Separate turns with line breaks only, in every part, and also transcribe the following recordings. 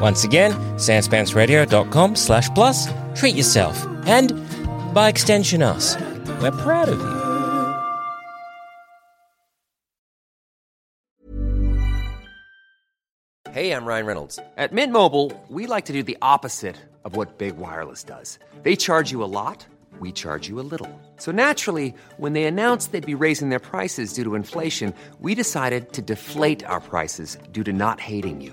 Once again, sanspantsradio.com slash plus, treat yourself, and by extension us. We're proud of you.
Hey, I'm Ryan Reynolds. At Mint Mobile, we like to do the opposite of what Big Wireless does. They charge you a lot, we charge you a little. So naturally, when they announced they'd be raising their prices due to inflation, we decided to deflate our prices due to not hating you.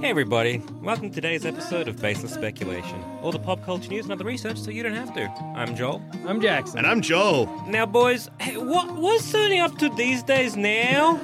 Hey everybody, welcome to today's episode of Baseless Speculation. All the pop culture news and other research so you don't have to. I'm Joel.
I'm Jackson.
And I'm Joel.
Now boys, hey, what, what's Sony up to these days now?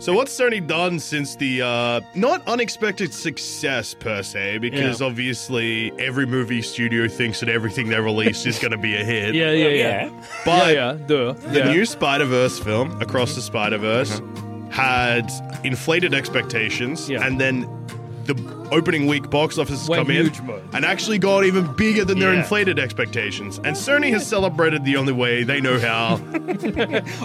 So what's Sony done since the uh, not unexpected success per se? Because
Yeah.
obviously every movie studio thinks that everything they release is going to be a hit.
Yeah, yeah, yeah.
But
yeah, yeah, duh.
the
yeah. Mm-hmm.
new Spider Verse film, Across the Spider Verse, had inflated expectations,
Yeah.
and then the opening week box offices
Went
come in
huge mode.
and actually got even bigger than their
Yeah.
inflated expectations. And Sony has celebrated the only way they know how.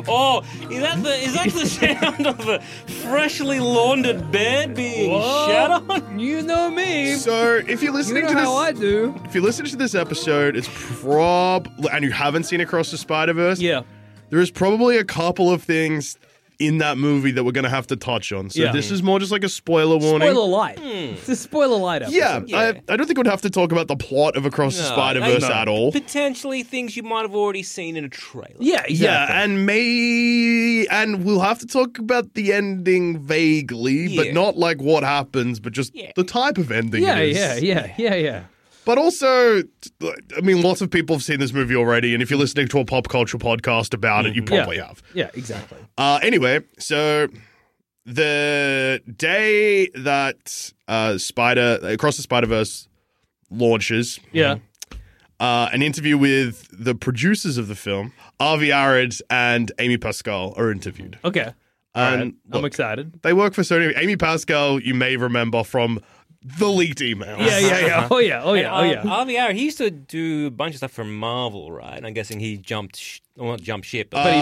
Oh, is that the is that the sound of a freshly laundered bed being
What?
shut on?
You know me.
so if you're
You
listening
know
to this,
how I do.
If you listen to this episode, it's prob and you haven't seen Across the Spider Verse.
Yeah.
there is probably a couple of things in that movie that we're gonna have to touch on. So
Yeah.
this is more just like a spoiler warning.
Spoiler light.
Hmm.
It's a spoiler light episode.
yeah, I, I don't think we'd have to talk about the plot of Across the
No,
Spider Verse
I-
at all.
Potentially things you might have already seen in a trailer.
Yeah, exactly.
Yeah, and may and we'll have to talk about the ending vaguely,
Yeah.
but not like what happens, but just
Yeah.
the type of ending.
yeah,
it is.
yeah, yeah, yeah, yeah.
But also, t- I mean, lots of people have seen this movie already, and if you're listening to a pop culture podcast about it, you probably
Mm-hmm. yeah.
have.
Yeah, exactly.
Uh, anyway, so the day that uh, Spider Across the Spider Verse launches,
Yeah.
uh, an interview with the producers of the film, Avi Arad and Amy Pascal, are interviewed.
Okay.
And
Alright, I'm
Uh, look,
excited.
they work for Sony. Amy Pascal, you may remember from the leaked emails.
Yeah, yeah, yeah. Oh yeah, oh yeah, oh
And,
Uh,
yeah.
um, Avi Arad, he used to do a bunch of stuff for Marvel, right? And I'm guessing he jumped, sh- well, not jumped ship, but
Uh,
But he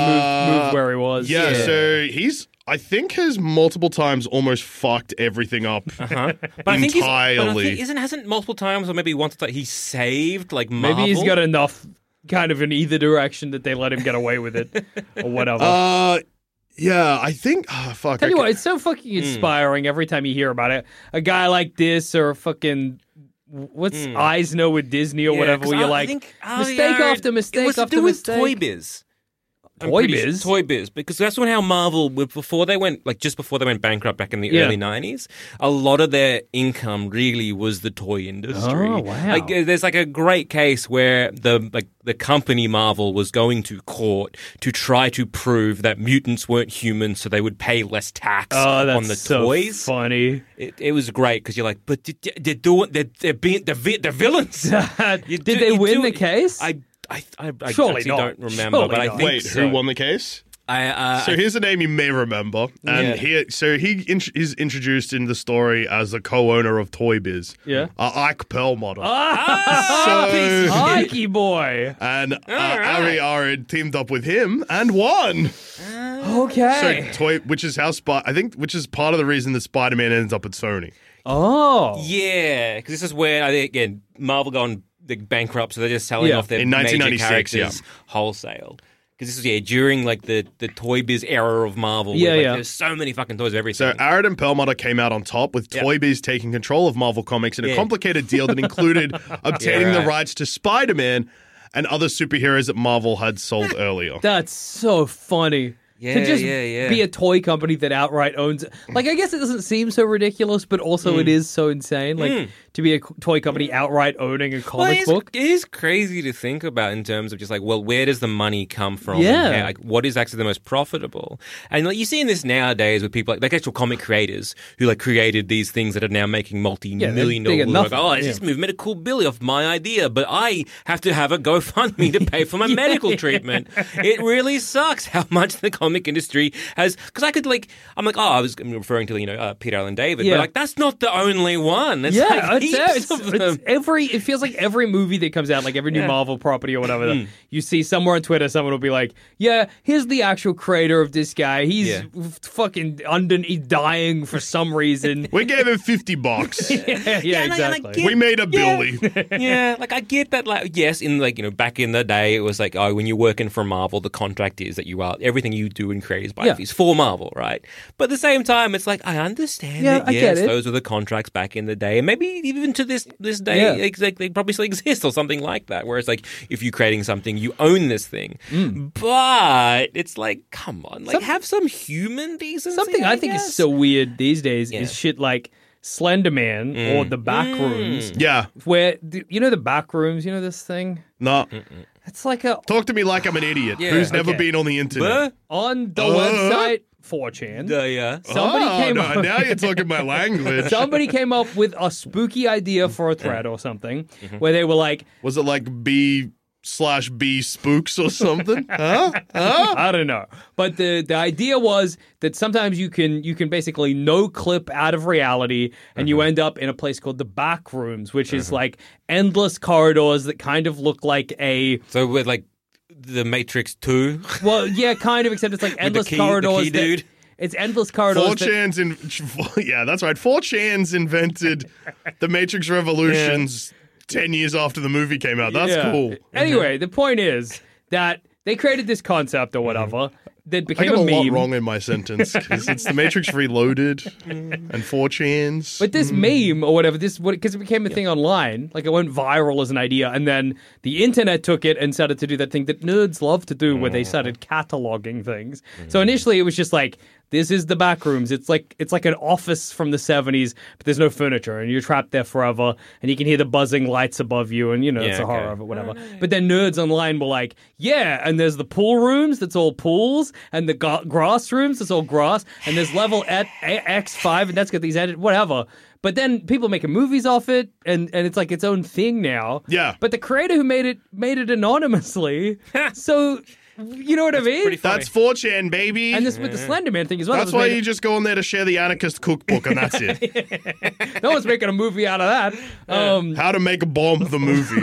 moved, moved where he was.
Yeah, so he's I think has multiple times almost fucked everything up.
Huh? Uh-huh. But I think he's- but I think-
Entirely.
isn't hasn't multiple times or maybe once that he saved like
Maybe
Marvel?
he's got enough kind of in either direction that they let him get away with it or whatever.
Uh yeah, I think ah, fuck.
Tell
I
you
ca-
what, it's so fucking inspiring every time you hear about it. A guy like this or a fucking what's Eisner with Disney or
Yeah,
whatever
'cause
where you're
I- I
like
think Avi
mistake
Arad-
after mistake
it was to
after
do with
mistake.
Toy Biz. I'm
Toy
pretty su-
Biz?
Toy Biz, because that's when how Marvel before they went like just before they went bankrupt back in the
Yeah.
early '90s. A lot of their income really was the toy industry.
Oh, wow.
Like, uh, there's like a great case where the like the company Marvel was going to court to try to prove that mutants weren't human, so they would pay less tax
Oh, that's
on the
so
toys.
funny.
It, it was great because you're like, but d- d- they're doing they're, they're being they're, vi- they're villains. You
Did
do-
they
you
win
do-
the case?
I I I, I
Surely
actually
not.
don't remember,
Surely
but I
not.
think
Wait,
so.
who won the case?
I, uh,
So here's a name you may remember, and
Yeah.
here, so he int- is introduced in the story as the co-owner of Toy Biz.
Yeah.
uh, Ike Perlmutter.
Ah!
Oh, He's
so,
Mikey boy.
and uh,
right.
Ari Arid teamed up with him and won.
Okay.
So Toy, which is how Spy, I think, which is part of the reason that Spider-Man ends up at Sony.
oh.
Yeah, because this is where I think again Marvel gone like, bankrupt, so they're just selling
Yeah.
off their
In
major
1996, yeah.
characters wholesale. Because this is yeah during like the the toy biz era of Marvel. where,
Yeah,
like,
yeah.
There's so many fucking toys of
So
everything.
Arid and Perlmutter came out on top with
Yep.
Toy Biz taking control of Marvel Comics in a
Yeah.
complicated deal that included obtaining
Yeah, right.
the rights to Spider-Man and other superheroes that Marvel had sold earlier.
That's so funny.
Yeah,
to just
yeah, yeah.
be a toy company that outright owns like I guess it doesn't seem so ridiculous, but also
Hmm.
it is so insane. Like to be a co- toy company outright owning a
Well, it
comic
is-
book.
it is crazy to think about in terms of just like, well, where does the money come from?
Yeah.
And, like, what is actually the most profitable? And like, you see in this nowadays with people like, like actual comic creators who like created these things that are now making
they're
multi-million
big
dollars.
enough.
oh, it's
Yeah.
this movie made a cool billy off my idea, but I have to have a GoFundMe to pay for my medical treatment. It really sucks how much the comic industry has. Because I could like, I'm like, oh, I was referring to you know uh, Peter Allen David,
Yeah.
but like that's not the only one. It's
yeah,
like
it's,
heaps
it's-
of
it's
them.
every. It feels like every movie that comes out, like every new Marvel property or whatever,
Mm.
that you see somewhere on Twitter, someone will be like, "Yeah, here's the actual creator of this guy. He's
Yeah.
f- fucking under he's dying for some reason."
We gave him 50 bucks.
yeah,
and I- and I
exactly.
get-
We made a
Yeah.
Billy.
yeah, like I get that. Like, yes, in like you know, back in the day, it was like, oh, when you're working for Marvel, the contract is that you are everything you do and create is by
Yeah.
is for Marvel, right? But at the same time, it's like I understand
Yeah,
that
I
yes,
get it.
those were the contracts back in the day, and maybe even to this this day,
Yeah.
ex- like, they probably still exist or something like that. Where it's like if you're creating something, you own this thing,
Mm.
but it's like, come on, like have some human decency.
Something I, think is
guess.
so weird these days
Yeah. Mm.
is shit like Slender Man or the Backrooms,
yeah.
where the, you know the Backrooms. You know this thing.
No.
It's like a
Talk to me like I'm an idiot
Yeah.
who's never
Okay.
been on the internet.
Huh?
on the
Uh-huh.
Uh?
website 4chan.
Uh, yeah.
somebody
oh,
came
no,
up.
now you're talking my language.
somebody came up with a spooky idea for a thread or something where they were like,
Was it like B slash B spooks or something? huh?
I don't know. But the, the idea was that sometimes you can you can basically no clip out of reality and
Mm-hmm.
you end up in a place called the back rooms, which is like endless corridors that kind of look like a
So with like the Matrix Two.
well, yeah, kind of, except it's like endless
key- the
corridors.
key
that-
dude.
It's endless corridors. that-
4chan's in yeah, that's right. 4chan's invented the Matrix Revolutions ten years after the movie came out. That's
Yeah.
cool. Mm-hmm.
Anyway, the point is that they created this concept or whatever that
I
became
got a, lot
meme.
wrong in my sentence 'cause it's the Matrix Reloaded and 4chan's.
Mm. But this
Mm.
meme or whatever, this because it became a thing online, like it went viral as an idea, and then the internet took it and started to do that thing that nerds love to do, where they
Mm.
started cataloging things. So initially, it was just like this is the back rooms. It's like it's like an office from the '70s, but there's no furniture, and you're trapped there forever, and you can hear the buzzing lights above you, and you know it's
Yeah,
a horror
okay.
of it, whatever. But then nerds online were like, yeah, and there's the pool rooms that's all pools, and the gra- grass rooms that's all grass, and there's level at A- X5, and that's got these edit, whatever. But then people making movies off it, and, and it's like its own thing now.
Yeah.
But the creator who made it made it anonymously, so you know what I mean.
that's 4chan, baby.
and this with the Slender Man thing as well.
that's
it was
why
made-
you just go on there to share the anarchist cookbook and that's it.
no one's making a movie out of that. Um,
How to make a bomb the movie.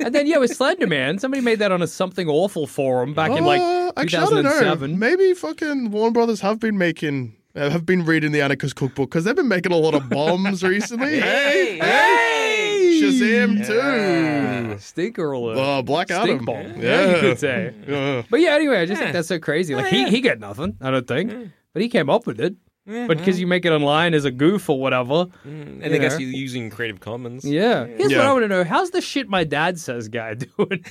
and then yeah, with Slender Man, somebody made that on a something awful forum back in
Uh,
like
actually, I don't know.
2007.
Maybe fucking Warner Brothers have been making. uh, Have been reading the Anarchist Cookbook because they've been making a lot of bombs recently. Hey, hey, Shazam too.
Stinker alert.
Uh, Black Adam.
Stink bomb. Yeah. you
Yeah,
could say.
Yeah.
But yeah, anyway, I just think that's so crazy. Like he, he got nothing, I don't think, but he came up with it. But because you make it online as a goof or whatever,
And I guess
know.
you're using Creative Commons.
Mm. yeah. Here's what
Yeah.
I want to know: How's the shit my dad says guy doing?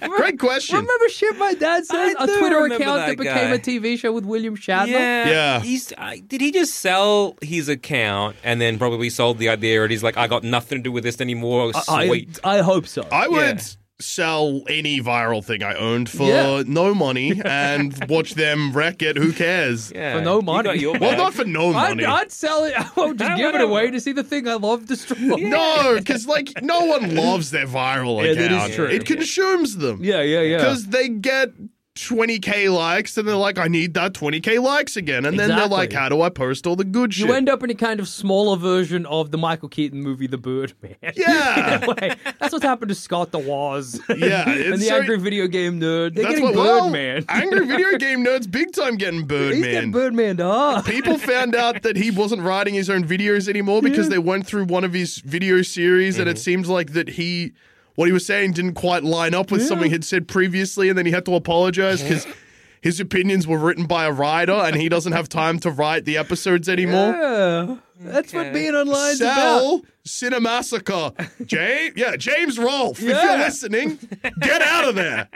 Great question.
Remember shit my dad says?
I
A
do
Twitter
remember
account
that
that became
guy.
a TV show with William Shatner?
Yeah.
Yeah.
He's, I did he just sell his account and then probably sold the idea and he's like, I got nothing to do with this anymore?
I,
Sweet.
I hope so.
I would
Yeah.
sell any viral thing I owned for
Yeah.
no money and watch them wreck it. Who cares?
yeah.
For no
You
money.
got your
Well,
bag.
not for no
I'd,
money.
I'd sell it. I won't just give it away to see the thing I love destroyed.
No, because like no one loves their viral
Yeah,
account.
that is true.
It consumes them.
Yeah, yeah, yeah.
Because they get 20k likes and they're like, I need that 20k likes again. And then
Exactly.
they're like, How do I post all the good shit?
You end up in a kind of smaller version of the Michael Keaton movie, The Birdman.
yeah.
Like, that's what's happened to Scott the Waz.
Yeah,
and
it's
the
so-
angry video game nerd. They're
That's
getting
what well,
Birdman.
angry video game nerds big time getting
He's getting
Birdman.
Birdman up.
People found out that he wasn't writing his own videos anymore because they went through one of his video series and it seems like that he what he was saying didn't quite line up with something he'd said previously and then he had to apologize because his opinions were written by a writer and he doesn't have time to write the episodes anymore.
Yeah. That's what being online's about.
Sal Cinemassacre. James, yeah, James Rolfe. If
Yeah.
you're listening, get out of there.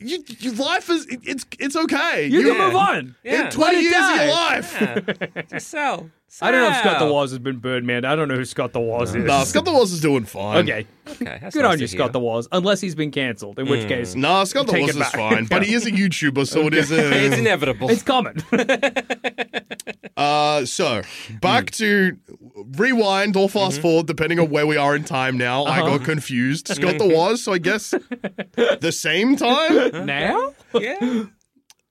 You, your life is it- it's it's okay.
You can move on.
In
Yeah.
20
Let it
years of
die.
your life.
Just sell.
I don't know if
Sell.
Scott the Waz has been Birdman. I don't know who Scott the Waz is.
Nah, Scott the Walls is doing fine.
Okay.
Okay, that's
Good
nice
on
to
you,
hear.
Scott the Waz. Unless he's been cancelled, in
Mm.
which case
Nah, Scott the
Take
Walls
it
is
back.
fine, but he is a YouTuber, so it is uh,
It's
a.
inevitable.
it's common.
Uh, so, back to rewind or fast
Mm-hmm.
forward, depending on where we are in time now. I
Uh-huh.
got confused. Scott the Walls, so I guess the same time.
now?
yeah.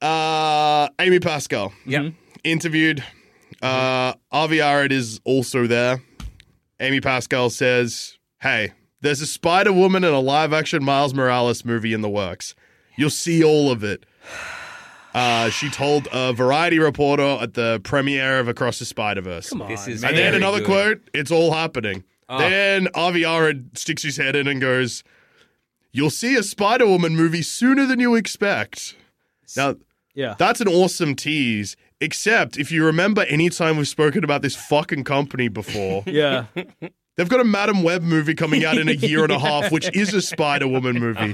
Uh, Amy Pascal.
Yeah.
interviewed. Uh, Avi Arad is also there. Amy Pascal says, Hey, there's a Spider Woman and a live action Miles Morales movie in the works. You'll see all of it. Uh, she told a variety reporter at the premiere of Across the Spider Verse.
This is
And then
very
another
good. Ah.
quote, it's all happening. Then Avi Arad sticks his head in and goes, You'll see a Spider Woman movie sooner than you expect. Now,
Yeah.
that's an awesome tease. Except if you remember any time we've spoken about this fucking company before,
yeah.
they've got a Madam Web movie coming out in a year and a half, which is a Spider Woman movie.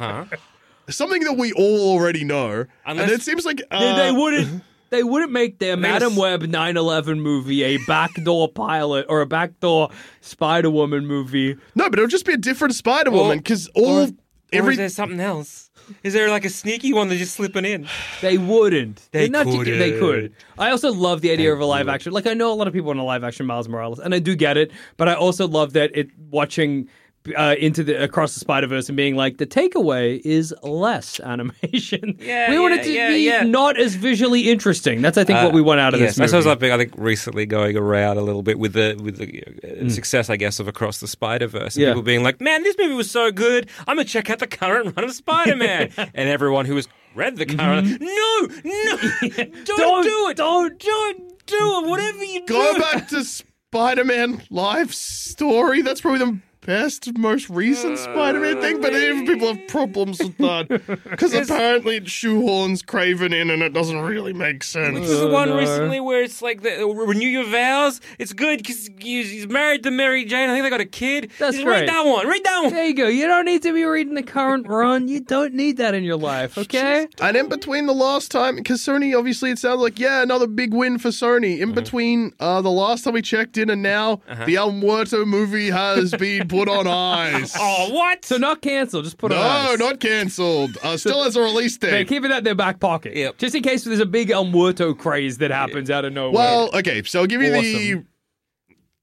Something that we all already know.
Uh-huh. Unless-
and it seems like.
They-
Uh,
they wouldn't. They wouldn't make their Madam
it's-
Web 9/11 movie a backdoor pilot or a backdoor Spider Woman movie.
no, but it'll just be a different Spider Woman because all.
Or, or
every,
is there something else? Is there like a sneaky one that's just slipping in?
They wouldn't.
They
They're not ju- They
couldn't.
could. I also love the idea of a live action. Like I know a lot of people want a live action Miles Morales, and I do get it. But I also love that it watching. Uh, into the across the Spider Verse and being like the takeaway is less animation.
Yeah,
we want
yeah,
it to
yeah,
be
yeah. Uh,
not as visually interesting. That's I think what we want out of
yes,
this. Movie.
That's what I was like, I think recently going around a little bit with the with the uh, success, I guess, of Across the Spider Verse.
Mm. Yeah.
People being like, "Man, this movie was so good. I'm gonna check out the current run of Spider Man." and everyone who has read the current, no, no, don't,
Mm-hmm. Don't-
do it, don't, don't do it. Whatever you
go
do,
back to Spider Man Life Story. That's probably the best, most
Uh,
recent Spider Man thing, but even people have problems with that. Because apparently it shoehorns Craven in and it doesn't really make
This is
Uh.
sense.
the one
Oh, no.
recently where it's like the, uh, renew your vows. It's good because he's married to Mary Jane. I think they got a kid.
That's
Just
right.
Read that one. Read that one.
There you go. You don't need to be reading the current run. You don't need that in your life, okay?
And in between the last time, because Sony obviously it sounds like, yeah, another big win for Sony.
Uh-huh.
In between uh, the last time we checked in and now, the El Muerto movie has been put on ice.
Oh, what?
So not cancel, just put it on.
no,
ice.
not cancelled. Uh, still has a release date.
They keep it out their back pocket,
Yep.
just in case there's a big El Muerto craze that happens out of nowhere.
Well, okay, so I'll give you the
Awesome.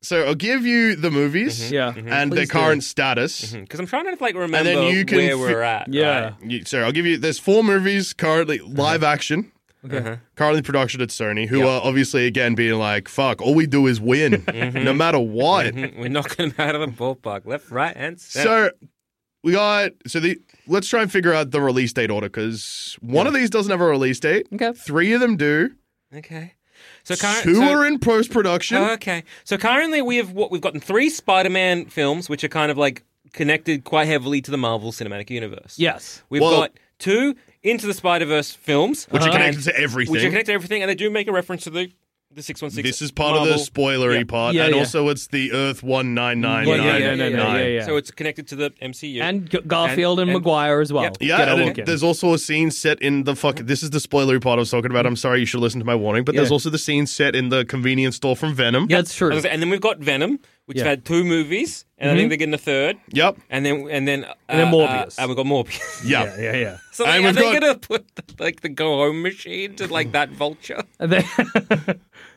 so I'll give you the movies
Mm-hmm. yeah,
Mm-hmm.
and their
Please do.
current status.
Because I'm trying to like remember
then you can
where
fi-
we're at.
Yeah.
right?
You- So I'll give you there's four movies currently
Uh-huh.
live action. Currently in production at Sony, who are obviously again being like, "Fuck, all we do is win,
Mm-hmm.
no matter what."
We're knocking them out of the ballpark, left, right, and center.
So we got so the let's try and figure out the release date order because one of these doesn't have a release date.
Okay.
three of them do.
okay. So current,
Two
so-
are in post production.
Uh-huh.
Oh, okay. So currently we have what we've gotten three Spider-Man films, which are kind of like connected quite heavily to the Marvel Cinematic Universe.
yes,
We've
Well-
got two into the Spider Verse films, uh,
Which are
and-
Uh-huh.
connected to everything.
Which are connected to everything, and they do make a reference to the The six one six.
This is part of the spoilery
Yeah.
part,
Yeah,
and
yeah.
also it's the Earth one nine nine
Yeah, yeah,
nine
yeah, yeah, yeah, yeah,
nine.
yeah.
So it's connected to the MCU.
and G- Garfield and,
and-
Maguire as well.
Yep.
Get a
Yeah, and
look
then
in.
there's also a scene set in the fuck. This is the spoilery part I was talking about. I'm sorry, you should listen to my warning. But there's
Yeah.
also the scene set in the convenience store from Venom.
Yeah, that's true.
And then we've got Venom, which
Yeah. Mm-hmm.
have had two movies, and I think they're getting a third.
Yep.
And then and then uh,
And then Morbius.
Uh, and we've got Morbius.
Yeah.
Yeah, yeah, yeah.
So
And
like, are
we've
they
got-
gonna put the, like the go home machine to like that vulture?
And they-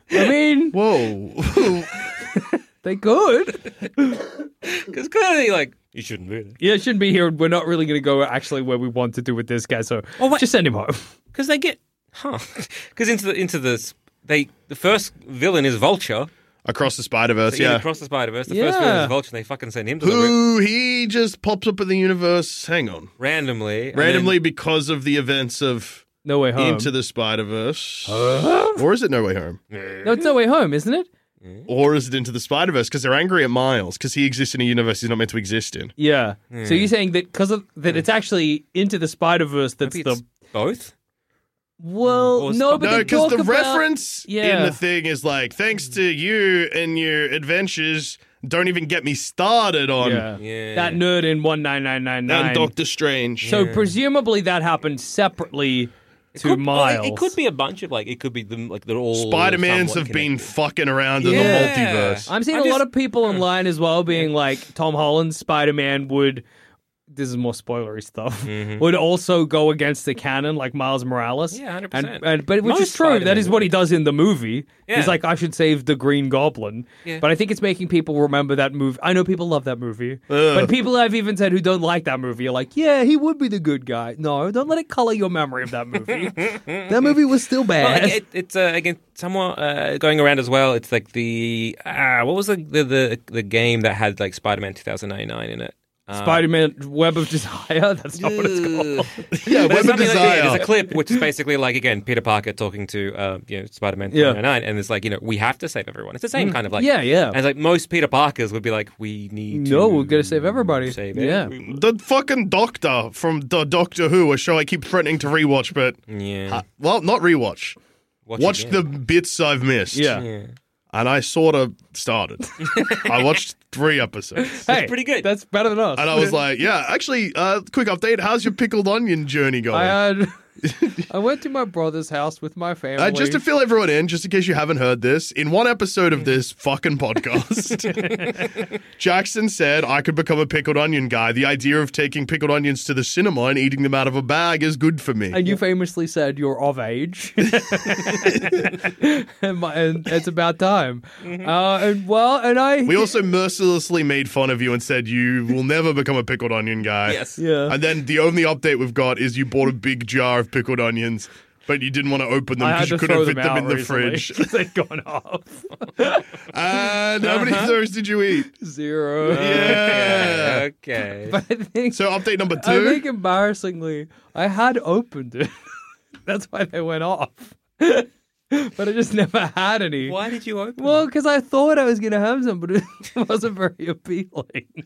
I mean,
Whoa.
they could.
Because clearly, like you shouldn't do that.
Yeah, it shouldn't be here. We're not really going to go actually where we want to do with this guy. So
Oh, wait.
just send him home.
Because they get huh? Because into the into this they the first villain is Vulture.
Across the Spider
So
Verse.
yeah.
Yeah.
across the Spider Verse, the first villain
Yeah.
is Vulture. and They fucking send him to the room
Who he just pops up in the universe. Hang on.
randomly. and
Randomly because of the events of
No way home.
Into the Spider Verse. Or is it No Way Home?
no, it's no way home, isn't it?
Or is it Into the Spider Verse? Because they're angry at Miles because he exists in a universe he's not meant to exist in.
Yeah. So
Hmm.
you're saying that because of that, it's actually into the Spider Verse. That's
then Hmm. it's
the
both.
well,
Or
no,
Spider-
but
No,
they
because
talk
the
about-
reference in
Yeah.
the thing is like, thanks to you and your adventures, don't even get me started on
Yeah.
Yeah.
that nerd in one nine nine nine
and
nine.
Doctor Strange.
So presumably that happened separately to
could, well, it-
Miles.
it could be a bunch of like it could be them like they're all
Spider Mans
somewhat
have been
connected.
fucking around
Yeah.
in the multiverse.
I'm seeing
I'm
a lot
just- Mm.
of people online as well being like Tom Holland Spider Man would. This is more spoilery stuff. Would also go against the canon, like Miles Morales.
Mm-hmm. Yeah, 100%.
And, and but which
Most
is true.
Spider-Man
that is what he does in the movie.
Yeah.
He's like, I should save the Green Goblin. But I think it's making people remember that movie. I know people love that movie, but people I've even said who don't like that movie are like, yeah, he would be the good guy. No, don't let it color your memory of that movie. that movie was still
Well,
bad.
it, it- it's uh, again somewhat uh, going around as well. It's like the ah, what was the the, the the game that had like Spider Man 2099 in it? Uh,
Spider Man Web of Desire. That's not what it's called.
yeah,
But
Web
it's
of
something like- yeah,
Desire.
there's a clip which is basically like again Peter Parker talking to uh, you know Spider Man
Yeah.
2099, and it's like you know we have to save everyone. It's the same kind of like
yeah, yeah.
And it's like most Peter Parkers would be like we need
No,
to
we're gonna save everybody.
Save
Yeah.
everyone.
the fucking Doctor from the Doctor Who, a show I keep threatening to rewatch, but
yeah.
uh, well, not rewatch.
Watch
Watch
again.
the bits I've missed.
Yeah.
and I sort of started. I watched three episodes.
Hey,
pretty good.
That's better than us.
And I was like, yeah, actually, uh, quick update. How's your pickled onion journey going?
I had. I went to my brother's house with my family.
Uh, just to fill everyone in, just in case you haven't heard this, in one episode
Mm.
of this fucking podcast, Jackson said I could become a pickled onion guy. The idea of taking pickled onions to the cinema and eating them out of a bag is good for me.
and you famously said you're of age, and, my, and it's about time. Uh, and well, and I
Mm-hmm. we also mercilessly made fun of you and said you will never become a pickled onion guy.
Yes.
Yeah.
And then the only update we've got is you bought a big jar of pickled onions, but you didn't want to open them
I
because
had
you
to
couldn't
throw
fit
them,
them
out
in the
recently
fridge.
'cause they'd gone off
and how many
Uh-huh.
of those did you eat?
zero.
Yeah.
Okay.
But I think
So update number
I
two.
think embarrassingly, I had opened it. That's why they went off. but I just never had any.
Why did you open?
Well, because I thought I was going to have some, but it wasn't very appealing.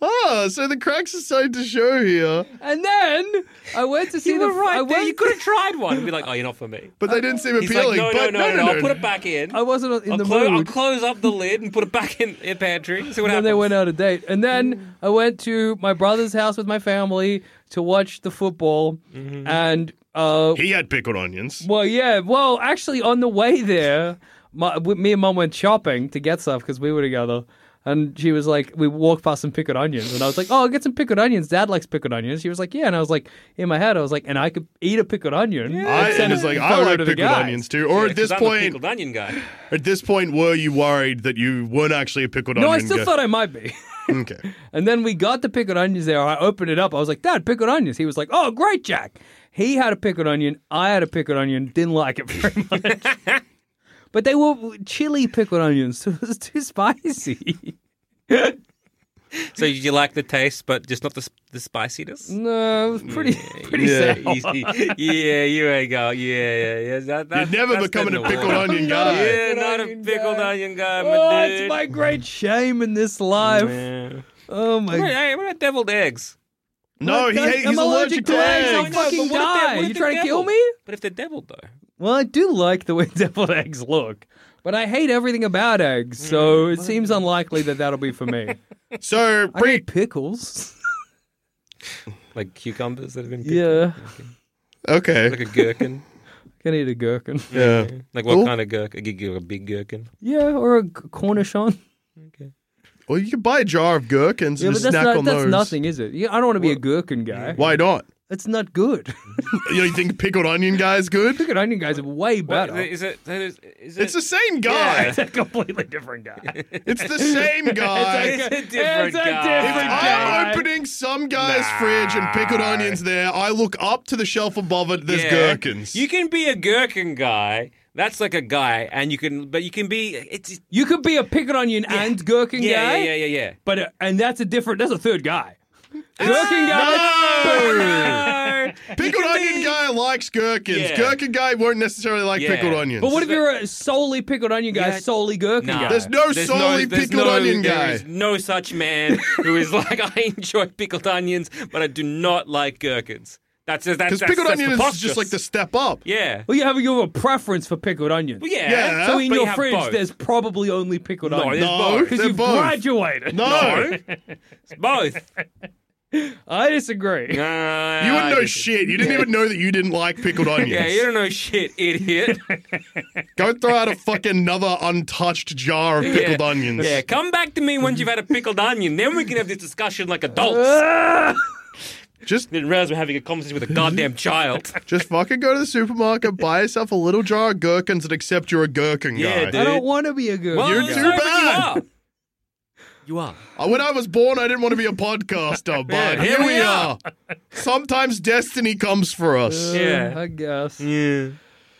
Ah, so the cracks are starting to show here,
And then I went to see
You
the.
were right
I,
there.
went,
You could have tried one and be like, oh, you're not for me.
but they didn't seem
He's
appealing.
like, no,
but
no, no, no, I'll put it back in.
I wasn't in
I'll,
the
clo- I'll
mood.
close up the lid and put it back in the pantry. See what happens. Mm.
and then they went out of date. And then I went to my brother's house with my family to watch the football.
Mm-hmm.
And uh,
He had pickled onions.
Well, yeah. Well, actually, on the way there, my, w- me and mum went shopping to get stuff because we were together. And she was like, we walked past some pickled onions. And I was like, oh, I'll get some pickled onions. Dad likes pickled onions. She was like, yeah. And I was like, in my head, I was like, and I could eat a pickled onion.
I
send
and it's
a
like I
photo
like
to the
pickled
guys.
onions too. Or at this
I'm a
point,
pickled onion guy.
at this point, were you worried that you weren't actually a pickled
No, I
onion?
still
guy?
thought I might be.
Okay.
And then we got the pickled onions there. I opened it up. I was like, Dad, pickled onions. He was like, oh, great, Jack. He had a pickled onion. I had a pickled onion. Didn't like it very much. but they were chili pickled onions, so it was too spicy.
So you like the taste, but just not the, s- the spiciness?
no, it was pretty, pretty
Yeah, Oh,
sour.
easy. yeah, you ain't go. Yeah, yeah, yeah. That, that,
You're never
that's
becoming
in
a
the
pickled
water.
onion guy.
Yeah,
Pickled
not a
onion
pickled
guy.
onion guy, my
Oh,
dude.
it's my great shame in this life.
Yeah.
Oh, my
Hey, hey, what about deviled eggs?
No, he
God.
hates.
I'm
He's allergic to
allergic to
eggs.
eggs. I'll
I know, but
fucking
what if they're-
die.
what if
You
they're
trying to kill
deviled?
me?
But if they're deviled, though.
Well, I do like the way deviled eggs look, but I hate everything about eggs,
Mm.
so it seems unlikely that that'll be for me.
So
I
pre
hate pickles.
Like cucumbers that have been picked,
yeah,
like
okay.
a gherkin.
can eat a gherkin.
Yeah.
Like what
Cool.
kind of gherkin? Like a big gherkin.
Yeah, or a g- cornichon.
Well, you can buy a jar of gherkins
Yeah,
and just
but that's
snack
not,
on
that's
those.
nothing, is it? Yeah, I don't want to be a gherkin guy.
Why not?
It's not good.
You, know, you think pickled onion guy is good?
Pickled onion guys are way better.
Is it? Is, it?
It's the same guy.
It's a completely different guy.
It's the same guy.
a different
It's a
guy.
different guy.
I'm opening some guy's fridge and pickled onions there. I look up to the shelf above it. There's
Yeah.
gherkins.
You can be a gherkin guy. That's like a guy, and you can, but you can be. It's
You could be a pickled onion and gherkin
yeah,
guy.
yeah, yeah, yeah, yeah.
But uh, and that's a different. That's a third guy. Gherkin
Ah!
guy.
No! pickled
You can
onion
be-
guy likes gherkins.
Yeah.
Gherkin guy won't necessarily like
Yeah.
pickled onions.
But what if you're a solely pickled onion guy,
Yeah.
solely gherkin guy?
There's no solely pickled onion guy.
There is no such man who is like, I enjoy pickled onions, but I do not like gherkins. That's that's
Because
that's
pickled
that's
onion is
preposterous.
just like the step up.
yeah.
well, you have you have a preference for pickled onion.
Well, yeah,
Yeah.
so in
but you
your
have
fridge,
both.
there's probably only pickled
No,
onion.
there's
No,
both.
they're
you've
both.
graduated.
No.
It's both.
I disagree.
Nah,
You wouldn't
I
know
just-
shit. You didn't even know that you didn't like pickled onions.
Yeah, you don't know shit, idiot.
Go throw out a fucking another untouched jar of pickled onions.
Yeah, come back to me once you've had a pickled onion. Then we can have this discussion like adults.
Just
Didn't realize we're having a conversation with a goddamn child.
just fucking go to the supermarket, buy yourself a little jar of gherkins and accept you're a gherkin
Yeah,
guy.
dude.
I don't want to be a gherkin.
Well,
You're
no,
too
but
bad.
You are. You are.
Uh, When I was born, I didn't want to be a podcaster, but
Yeah,
here, we are. Sometimes destiny comes for us.
Yeah. Mm.
I guess.
Yeah.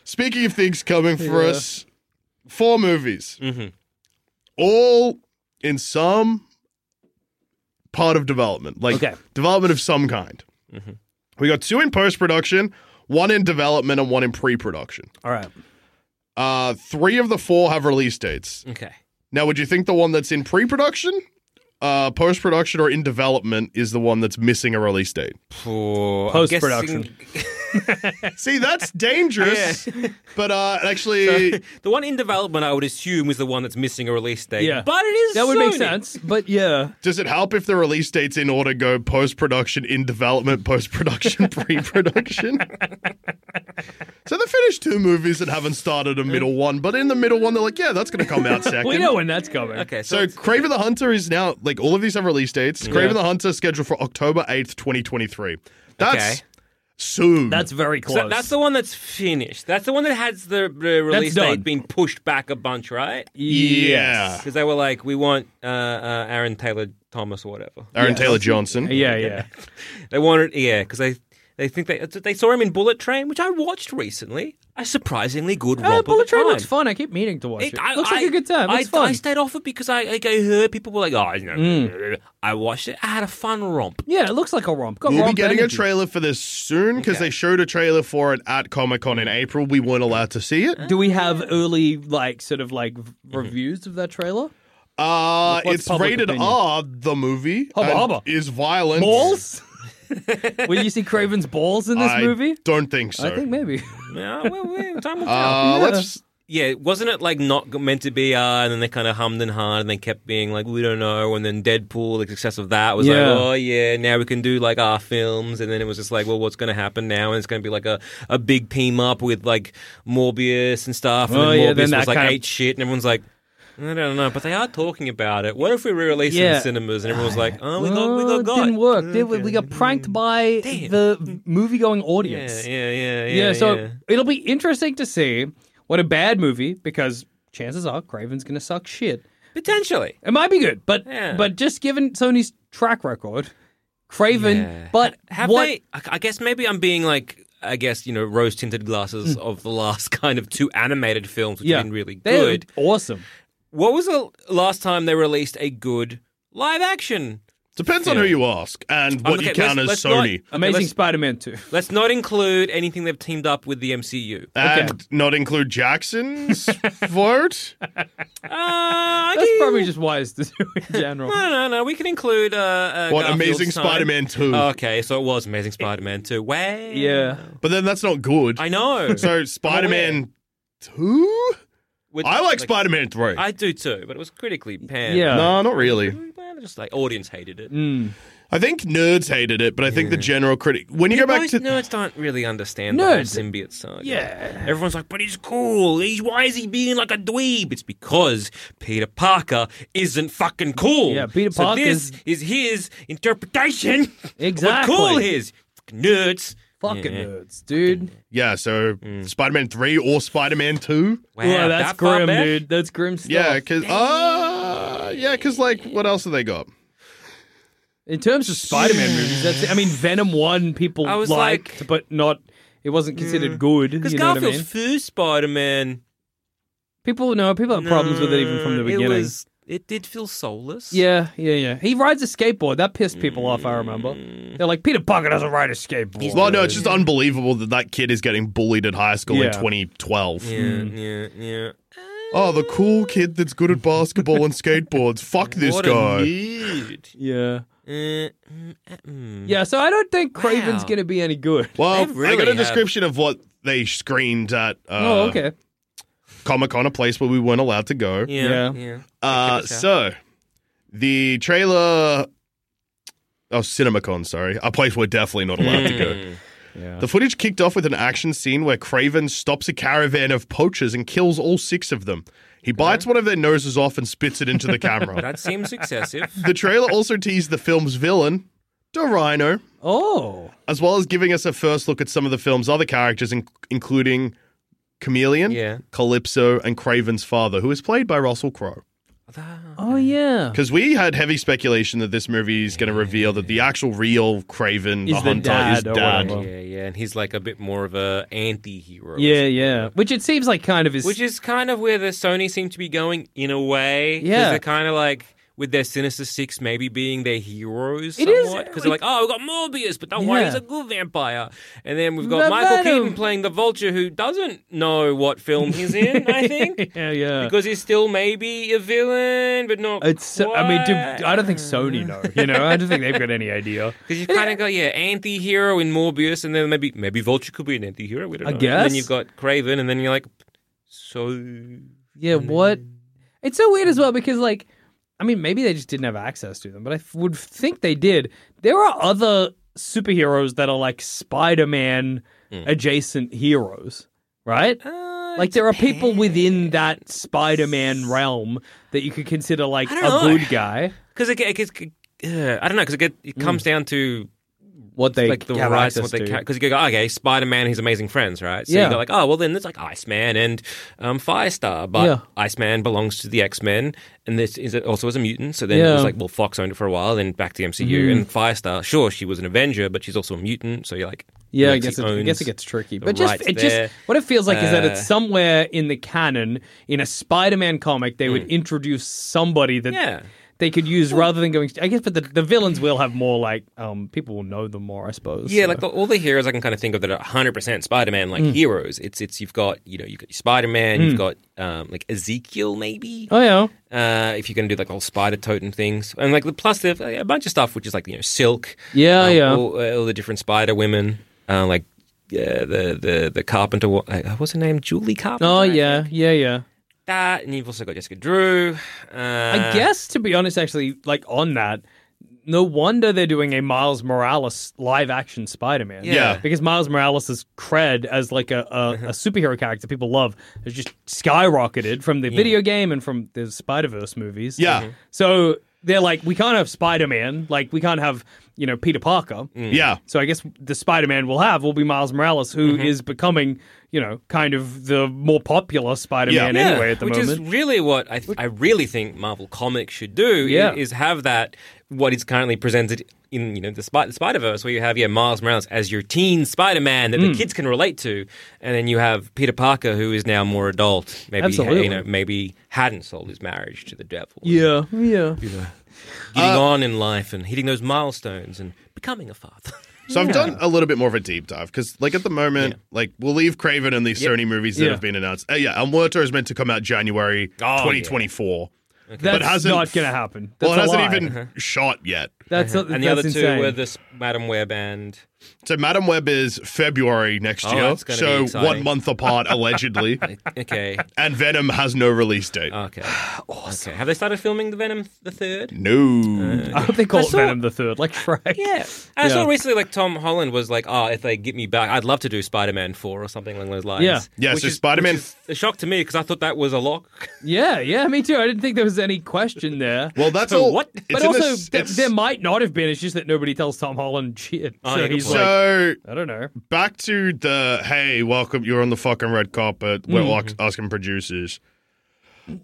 Speaking of things coming for
Yeah.
us, four movies, all in some part of development, like
Okay.
development of some kind. We got two in post production, one in development, and one in pre production.
All right.
Uh, three of the four have release dates.
Okay.
Now, would you think the one that's in pre production, uh, post production, or in development is the one that's missing a release date?
For
Post-production.
See, that's dangerous. But uh, actually,
the one in development, I would assume, is the one that's missing a release date.
Yeah.
But it is
That would make
Sony.
sense. But yeah.
does it help if the release dates in order go post production, in development, post production, pre production? so they finished two movies and haven't started a middle one, but in the middle one, they're like, yeah, that's going to come out second.
We know when that's coming.
Okay, so,
So
it's-
Craven the Hunter is now like all of these have release dates. Craven the Hunter is scheduled for October eighth, twenty twenty three. That's
Okay.
soon.
That's very close.
so that's the one that's finished. That's the one that has the, the release
done.
date being pushed back a bunch, right?
yeah.
Because they were like, we want uh, uh, Aaron Taylor Thomas or whatever.
Aaron Taylor Johnson.
Yeah, yeah.
They wanted, yeah, because they they think they they saw him in Bullet Train, which I watched recently. A surprisingly good
Uh,
romp of
Bullet
the
Train
time.
looks fun. I keep meaning to watch it.
It- I-
looks like
I-
a good time. It's
I,
fun.
I stayed off it because I like, I heard people were like, oh, you know,
Mm.
I watched it. I had a fun romp.
yeah, it looks like a romp. Got
We'll be
romp
getting a
energy.
trailer for this soon because they showed a trailer for it at Comic Con in April. We weren't allowed to see it.
Do we have early, like, sort of like v-
Mm-hmm.
reviews of that trailer?
Uh,
What's
it's
public
rated
opinion?
R, the movie.
Hubba
and
hubba.
Is violent.
Balls? Will you see Craven's balls in this
I
movie?
don't think so.
I think maybe.
Yeah, well, well, time will tell.
Uh, Let's.
yeah, wasn't it like not meant to be? Uh, and then they kind of hummed and hard, and they kept being like, "We don't know." And then Deadpool, the success of that was
Yeah.
like, "Oh yeah, now we can do like our films." And then it was just like, "Well, what's going to happen now?" And it's going to be like a, a big team up with like Morbius and stuff. And
Oh,
then Morbius
yeah, then that
was like
kind of-
eight shit, and everyone's like. I don't know, but they are talking about it. What if we re-release it
Yeah.
in cinemas and everyone's like, "Oh, we got, we
Oh,
got,
it
got."
didn't work. did we? We got pranked by the movie-going
Yeah,
audience.
yeah, yeah, yeah.
Yeah, so
yeah.
it'll be interesting to see what a bad movie, because chances are Craven's going to suck shit.
potentially,
It might be good, but
Yeah.
but just given Sony's track record, Craven.
Yeah.
But
Have
what?
they? I I guess maybe I'm being like, I guess you know, rose tinted glasses of the last kind of two animated films, which
Hmm. yeah,
have been really
They're
good.
Awesome.
What was the last time they released a good live action
Depends on who you ask and
Um,
what
look
you
at-
count
let's-
as
let's not-
Sony.
Okay,
Amazing
let's-
Spider-Man 2.
Let's not include anything they've teamed up with the MCU. Uh,
and not include Jackson's vote.
Uh, I
That's
can-
probably just wise to do in general.
No, no, no. We can include. Uh, uh,
What
Garfield's
Amazing
time.
Spider-Man 2.
Okay, so it was Amazing Spider-Man 2. Way.
Yeah.
But then that's not good.
I know.
So Spider-Man 2?
With-
I like Spider-Man 3.
I do too, but it was critically panned.
Yeah.
no, not really.
Well, just like audience hated it.
I think nerds hated it, but I think the general critic. When you go back
Most
to
nerds don't really understand
Nerds.
the whole symbiote saga.
Yeah.
Everyone's like, but he's cool. He's, why is he being like a dweeb? It's because Peter Parker isn't fucking cool.
Yeah, Peter
so
Parker's-
This is his interpretation
Exactly.
of what cool is. Fucking nerds.
Fucking
Yeah.
nerds, dude.
yeah, so
Mm.
Spider-Man 3 or Spider-Man 2?
Wow,
Yeah, that's
that far
grim,
back?
dude. That's grim stuff.
Yeah, cuz uh, yeah, cuz like what else have they got?
In terms of Spider-Man movies, that's it. I mean, Venom One people
I was
liked,
like-
but not. It wasn't considered good.
Because
You know what I
Garfield's
mean?
first Spider-Man.
People know people have problems with it even from the
uh,
beginning.
It, was, it did feel soulless.
Yeah, yeah, yeah. He rides a skateboard. That pissed people off. I remember.
Mm.
They're like, Peter Parker doesn't ride a skateboard.
Well, no, it's just unbelievable that that kid is getting bullied at high school
Yeah.
in 2012.
Yeah,
Hmm.
yeah, yeah.
Oh, the cool kid that's good at basketball and skateboards. Fuck this
what
guy.
a nerd.
yeah,
Uh, mm, uh, mm.
yeah. So I don't think Craven's
Wow.
gonna be any good.
Well,
They
I got
really
a
have-
description of what they screamed at uh,
oh, okay.
Comic Con, a place where we weren't allowed to go.
Yeah,
Yeah.
yeah.
Uh,
check this
so, the trailer. Oh, CinemaCon, sorry. A place we're definitely not allowed to
Hmm.
go.
Yeah.
The footage kicked off with an action scene where Craven stops a caravan of poachers and kills all six of them. He bites one of their noses off and spits it into the camera.
That seems excessive.
the trailer also teased the film's villain, the Rhino,
Oh,
as well as giving us a first look at some of the film's other characters, in- including Chameleon,
Yeah.
Calypso, and Craven's father, who is played by Russell Crowe.
oh yeah.
Because we had heavy speculation that this movie is going to reveal that the actual real Craven the
Is the
Hunter is
dad or
dad.
whatever.
yeah, yeah, and he's like a bit more of a anti-hero.
Yeah, yeah. Which it seems like kind of is.
Which is kind of where the Sony seem to be going in a way. 'cause
Yeah.
they're kind of like with their Sinister Six maybe being their heroes
It is-
somewhat. Because they're like, oh, we've got Morbius, but don't worry,
Yeah.
he's a good vampire. And then we've got
The
Michael
Venom.
Keaton playing the Vulture who doesn't know what film he's in, I think.
yeah, yeah.
Because he's still maybe a villain, but not.
it's. so- I mean, dude,
quite.
I don't think Sony know. You know, I don't think they've got any idea.
Because you've kind of got yeah anti-hero in Morbius, and then maybe maybe Vulture could be an anti-hero. We don't
I
know. And
guess.
then you've got Craven, and then you're like, so
Yeah, what? It's so weird as well because, like, I mean, maybe they just didn't have access to them, but I f- would think they did. There are other superheroes that are like Spider Man
Hmm.
adjacent heroes, right?
Uh,
like, there are people within that Spider Man realm that you could consider like a
don't know.
good guy.
because it, get- it gets uh, I don't know because it, get, it
Mm.
comes down to
What they
like the
have
rights and
access
what they
to.
because you go okay Spider Man his amazing friends right so
Yeah.
you go like oh well then there's like Iceman and um, Firestar but
Yeah.
Iceman belongs to the X Men and this is it also as a mutant so then it
Yeah. Mm-hmm.
was like well Fox owned it for a while then back to the MCU and Firestar sure she was an Avenger but she's also a mutant so you're like
Yeah, I
Lexi
guess, it, I guess
owns
it gets tricky.
the
But just
rights
it
there.
just what it feels like is that
Uh,
it's somewhere in the canon in a Spider-Man comic they would introduce somebody that
Hmm. Yeah.
they could use rather than going. I guess, but the, the villains will have more like um people will know them more, I suppose.
Yeah,
so. Hmm.
like the, all the heroes I can kind of think of that are 100% Spider-Man like heroes. It's it's you've got you know you've got Spider-Man, you've got um, like Ezekiel maybe
oh yeah,
uh, if you're going to do like all spider totem things and like the plus there's a bunch of stuff which is like you know Silk,
yeah,
um,
Oh, yeah.
all, uh, all the different Spider women uh, like yeah, the the the Carpenter wa- uh, what's her name Julie Carpenter
Oh
I
yeah,
think.
yeah, yeah.
that and you've also got Jessica Drew. Uh,
I guess to be honest, actually, like on that, no wonder they're doing a Miles Morales live action Spider Man.
Yeah. Mm-hmm.
Because Miles Morales' cred as like a, a, a superhero character people love has just skyrocketed from the video game and from the Spider Verse movies.
Yeah.
Mm-hmm.
Mhm.
So they're like, we can't have Spider Man. Like, we can't have, you know, Peter Parker.
Mm.
Yeah.
So I guess the Spider-Man we'll have will be Miles Morales, who is
Mm-hmm.
becoming, you know, kind of the more popular Spider-Man
Yeah,
anyway at the
which
moment.
is really what I, I really think Marvel Comics should do. i-
Yeah.
is, have that what is currently presented in you know the, Spi- the Spider Verse, where you have yeah Miles Morales as your teen Spider Man
Hmm.
that the kids can relate to, and then you have Peter Parker who is now more adult. Maybe
Absolutely.
you know maybe hadn't sold his marriage to the devil.
yeah, yeah.
Getting
Uh,
on in life and hitting those milestones and becoming a father.
So I've done a little bit more of a deep dive because, like, at the moment, like, we'll leave Craven and these Sony movies that
Yeah.
have been announced. Uh, yeah, and Muerto is meant to come out January
yeah.
2024.
That's
hasn't-
not going to happen. That's
Well, it
a Uh-huh.
hasn't
lie.
even shot yet.
That's
and the
that's
other
insane.
two were this Madam Ware band.
So Madam Web is February next
Oh,
year.
that's gonna be
So
exciting.
one month apart, allegedly.
Okay.
And Venom has no release date.
Uh,
Okay. Okay. Have they started filming the Venom the third?
no.
I hope they call
I
it
saw-
Venom the Third, like Shrek.
Yeah. I saw
Yeah.
recently like Tom Holland was like, oh, if they get me back, I'd love to do Spider Man 4 or something along those lines.
Yeah.
Yeah,
Which
so
is-
Spider-Man-
which is A shock to me because I thought that was a lock.
yeah, yeah, me too. I didn't think there was any question there.
Well, that's
So
all.
what?
it's
but
in
also,
this-
th-
it's-
there might not have been. It's just that nobody tells Tom Holland shit.
Oh,
so
yeah, good
he's
point.
like,
so
I don't know.
back to the hey, welcome. You're on the fucking red carpet. We're
Mm-hmm.
ask- asking producers.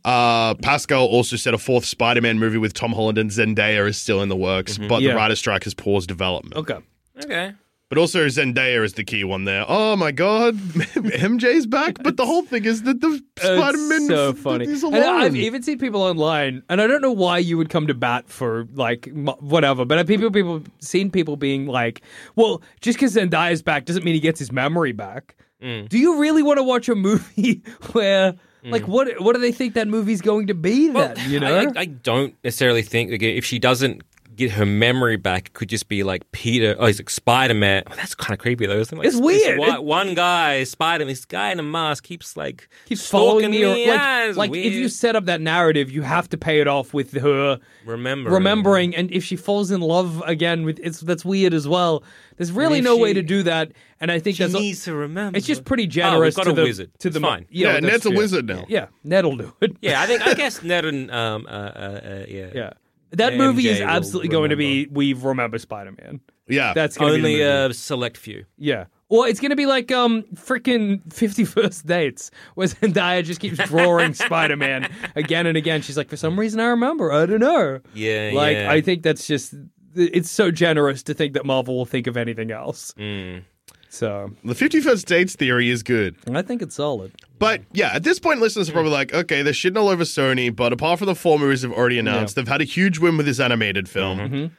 Uh, Pascal also said a fourth Spider-Man movie with Tom Holland and Zendaya is still in the works, but
Mm-hmm. Yeah.
the writer strike has paused development.
Okay.
okay.
But also Zendaya is the key one there. Oh my god, MJ's back. But the whole thing is that the Spider-Man
It's so
f-
funny.
is
And I've
alone.
even seen people online, and I don't know why you would come to bat for like m- whatever. But I've people, people seen people being like, "Well, just because Zendaya's back doesn't mean he gets his memory back."
Mm.
Do you really want to watch a movie where, like, what what do they think that movie's going to be? Then you know,
I, I, I don't necessarily think like, if she doesn't get her memory back, it could just be like Peter. Oh, he's like Spider Man. Oh, that's kind of creepy though. Isn't it? Like,
It's
this
weird.
one-
It-
one guy, Spider Man, this guy in a mask keeps like
keeps
stalking
following me. Or,
Yeah,
like,
it's
like if you
weird.
set up that narrative, you have to pay it off with her
remember,
remembering and if she falls in love again with it's that's weird as well there's really
if
no way
she-
to do that and i think
she
that's a-
needs to remember.
it's just pretty
Oh, we've
generous
got
to
a
the
wizard.
to the
It's
mo-
fine.
yeah,
yeah,
that's-
Ned's a
yeah.
wizard now.
yeah ned'll do it
Yeah, I think I guess Ned and um uh, uh, uh yeah
yeah that
MJ
movie is
will
absolutely going to be we remember spider-man
yeah.
that's gonna be
only uh,
the movie.
a select few.
yeah well, it's going to be like um freaking 51st Dates, where Zendaya just keeps drawing Spider Man again and again. She's like, for some reason, I remember. I don't know.
Yeah,
Like,
yeah.
I think that's just, it's so generous to think that Marvel will think of anything else.
Mm.
So,
the 51st dates theory is good.
I think it's solid.
But yeah, at this point, listeners are probably like, okay, they're shitting all over Sony, but apart from the four movies they've already announced, they've had a huge win with this animated film.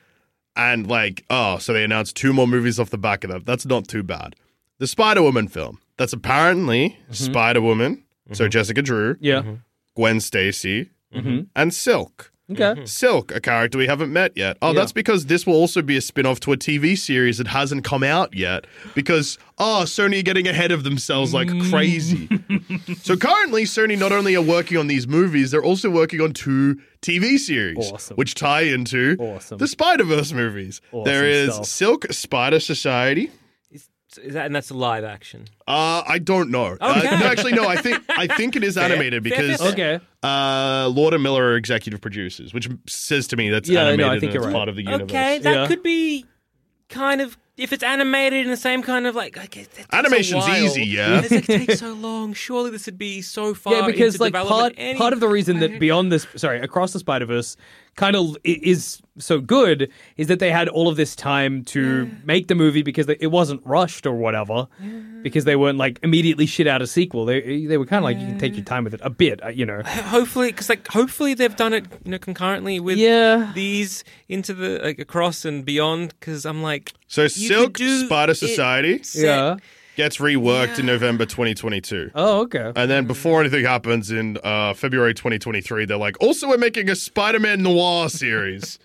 And like, oh, so they announced two more movies off the back of that. That's not too bad. The Spider Woman film, that's apparently Spider Woman, so Jessica Drew,
Yeah.
Mm-hmm.
Gwen Stacy, and Silk.
Okay.
Mm-hmm.
Silk, a character we haven't met yet. Oh,
Yeah.
that's because this will also be a spin off to a TV series that hasn't come out yet because, oh, Sony are getting ahead of themselves like
Mm.
crazy. so currently, Sony not only are working on these movies, they're also working on two TV series,
Awesome.
which tie into
Awesome.
the Spider Verse movies. there is
stuff.
Silk Spider Society.
Is that, and that's a live action.
Uh, I don't know. Uh,
Okay.
no, actually, no. I think I think it is animated because
fair.
Okay.
uh, Lord and Miller are executive producers, which says to me that's
Yeah, I know, I
animated
think
and
you're
it's
right.
part of the universe.
Okay, that
Yeah.
could be kind of if it's animated in the same kind of like I guess that takes a
Animation's
while.
easy, yeah.
This like, takes so long. Surely this would be so far.
yeah, because
into
like
development
part
any-
part of the reason that beyond this, sorry, across the Spider Verse, kind of i- is so good is that they had all of this time to make the movie because they, it wasn't rushed or whatever, because they weren't like immediately shit out a sequel. They they were kind of like you can take your time with it a bit, uh, you know.
hopefully because like hopefully they've done it you know concurrently with
Yeah.
these into the like across and beyond because I'm like
So
you could
Silk
do
Spider
it
Society
set-
Yeah.
gets reworked in November 2022.
Oh, okay.
Uh,
and then before anything happens in uh, February 2023, they're like, also, we're making a Spider Man noir series.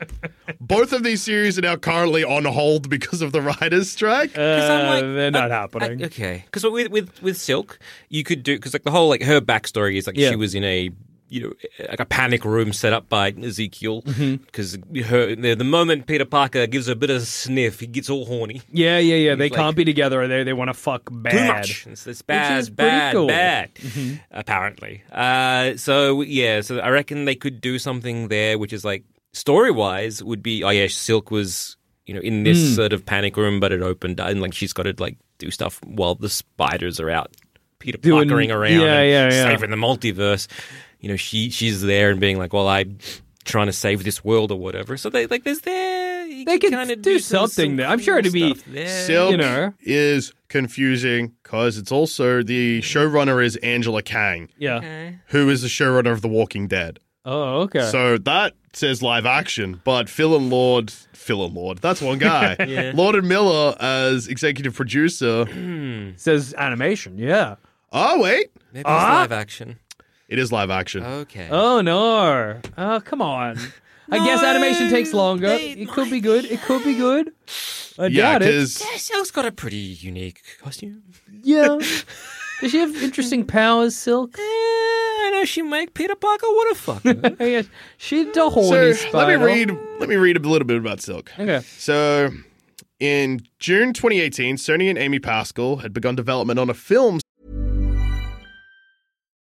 Both of these series are now currently on hold because of the writer's strike.
'Cause I'm
Uh,
like,
they're not
I-
happening.
okay, because with, with with Silk, you could do because like the whole like her backstory is like
Yeah.
she was in a you know like a panic room set up by Ezekiel because her the, the moment Peter Parker gives her a bit of a sniff, he gets all horny.
yeah, yeah, yeah. They
like-
can't be together. They they want to fuck bad.
Too much. It's, it's
is
bad,
pretty
bad,
cool. Mm-hmm.
bad. Apparently. Uh, so yeah, so I reckon they could do something there, which is like story wise would be. Oh yeah, Silk was you know in this
Mm.
sort of panic room, but it opened and like she's got to like do stuff while the spiders are out, Peter
Doing-
puckering around,
yeah,
and
yeah, yeah.
saving the multiverse. You know, she she's there and being like, well, I. am Trying to save this world or whatever, so they like there's there. you
They can
kinda
do
some- some
something there. I'm sure it'd be
stuff there.
Silk
you know.
is confusing because it's also the showrunner is Angela Kang,
Yeah.
who is the showrunner of The Walking Dead.
Oh, okay.
So that says live action, but Phil and Lord, Phil and Lord, that's one guy. Lord and Miller as executive producer.
says animation. Yeah.
Oh, wait.
Maybe it's
Ah!
live action.
It is live action.
Okay.
Oh no. Oh, come on. I guess animation takes longer. It could be good. It could be good. I
yeah,
doubt it.
because
Silk's got a pretty unique costume.
Yeah. Does she have interesting powers, Silk?
Eh, I know she make Peter Parker. What a fuck.
I guess she's a horny
so let me
spider.
read. Let me read a little bit about Silk.
Okay.
So, in June 2018, Sony and Amy Pascal had begun development on a film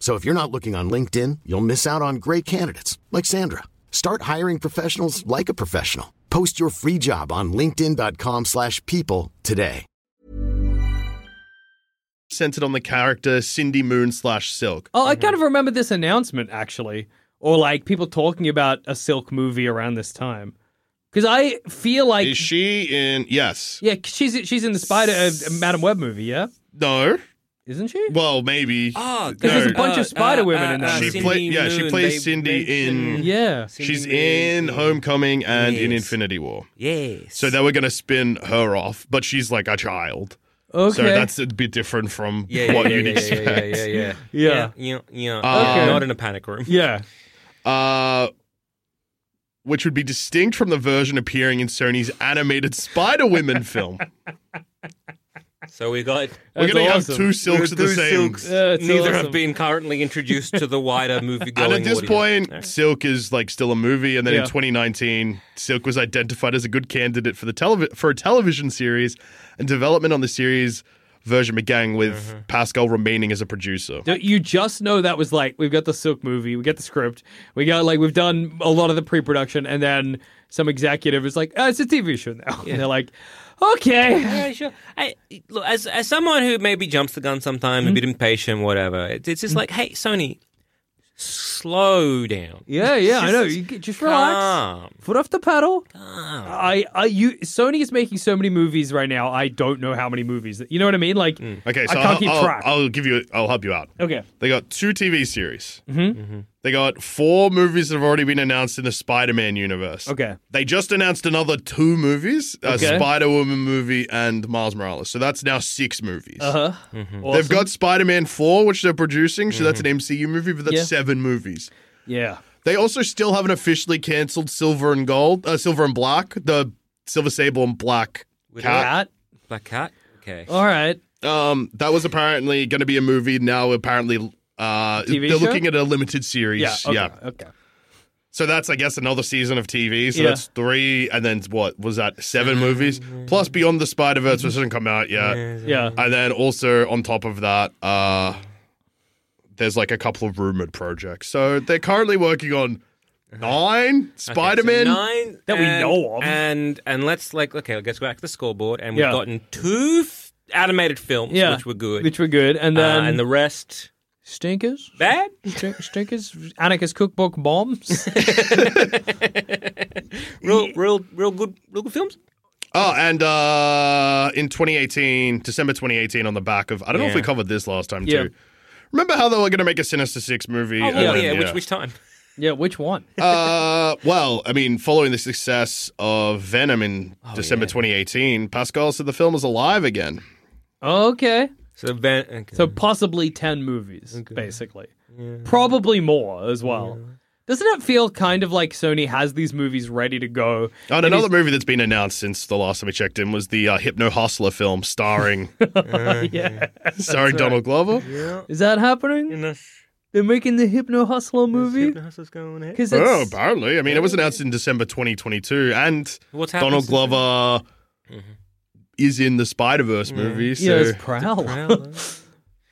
So if you're not looking on LinkedIn, you'll miss out on great candidates like Sandra. Start hiring professionals like a professional. Post your free job on linkedin.com/people slash people today.
centered on the character Cindy Moon slash Silk.
Oh, I kind of remember this announcement actually, or like people talking about a Silk movie around this time, because I feel like
Is she in? Yes.
yeah, 'cause she's she's in the Spider uh, Madam Web movie, yeah,
No.
isn't she?
Well, maybe.
Oh,
Because there's a bunch of spider
uh,
women in that
She
movie.
play- yeah, she plays Cindy in-
yeah,
She's
Cindy
in
Moon.
Homecoming and in
Yes.
Infinity War.
Yes.
So they were going to spin her off, but she's like a child.
okay,
So that's a bit different from
yeah, yeah,
what
yeah,
you'd
yeah,
expect.
yeah, yeah, yeah, yeah.
yeah,
Yeah, yeah.
Uh,
Not in a panic room.
yeah.
Uh, which would be distinct from the version appearing in Sony's animated Spider Women film.
So we got
We're
That's
going to
awesome.
have two silks at the
Two
same.
Silks.
Yeah, it's
Neither
awesome.
have been currently introduced to the wider movie going
And at this point, Silk is like still a movie, and then
Yeah.
in 2019, Silk was identified as a good candidate for the televi- for a television series, and development on the series version began with
Mm-hmm.
Pascal remaining as a producer.
Don't You just know that was like we've got the Silk movie, we got the script, we got like we've done a lot of the pre-production, and then some executive is like, oh, "It's a TV show now," and they're like, "Okay,
Yeah, sure. I, look, as as someone who maybe jumps the gun
Mm-hmm.
sometime, a bit impatient, whatever. It, it's
Mm.
just like, hey, Sony, slow down.
yeah, yeah, I know. You get- just relax,
Calm.
foot off the pedal." I, I, you, Sony is making so many movies right now. I don't know how many movies. That, you know what I mean? Like,
Mm. Okay,
I
so
can't
I'll,
keep
I'll-
track.
I'll give you. I'll help you out.
okay,
They got two TV series. Mm-hmm. They got four movies that have already been announced in the Spider-Man universe.
Okay.
They just announced another two movies: a
Okay.
Spider-Woman movie and Miles Morales. So that's now six movies.
uh huh.
They've got Spider Man 4, which they're producing, so that's an MCU movie, but that's
Mm-hmm. Yeah.
seven movies.
yeah.
They also still haven't officially cancelled Silver and Gold, uh, Silver and Black, the Silver Sable and Black cat.
Cat.
Black cat. Okay.
All right.
Um, that was apparently going to be a movie. Now, apparently, uh,
TV
they're
show?
looking at a limited series.
Yeah. Okay.
yeah.
Okay.
So that's, I guess, another season of TV. So
Yeah.
that's three, and then what was that? Seven movies plus Beyond the Spider Verse, which hasn't come out yet.
Yeah.
And then also on top of that, uh, there's like a couple of rumored projects. So they're currently working on nine Spider Man.
Uh-huh. Okay, so nine
That we
and-
know of.
and and let's like okay, let's go back to the scoreboard, and we've
Yeah.
gotten two f- animated films,
Yeah.
which were good,
Which um, were good, and
Uh,
then
and the rest
stinkers.
bad.
Stink- Stinkers, anarchist cookbook bombs.
Real, real, real good, real good films.
Oh, and uh, in 2018, December 2018, on the back of I don't know if we
Yeah.
covered this last time
Yeah.
too. Remember how they were going to make a Sinister Six movie?
Oh,
and
well,
then-
yeah, Which, which time?
yeah, which one?
uh, well, I mean, following the success of Venom in
Oh,
December 2018, Pascal said the film is alive again.
Okay.
So, ben, okay.
So possibly 10 movies, basically. Probably more as well. Doesn't it feel kind of like Sony has these movies ready to go?
And another movie that's been announced since the last time we checked in was the uh, Hypno Hustler film starring
Yeah.
starring Donald Glover.
Is that happening? They're making the Hypno Hustler movie? Because
Oh, apparently. I mean, it was announced in December 2022, and
What's happened
Donald
since
Glover is in the Spider Verse movie. So
Mm-hmm. Yeah, it's Prowl.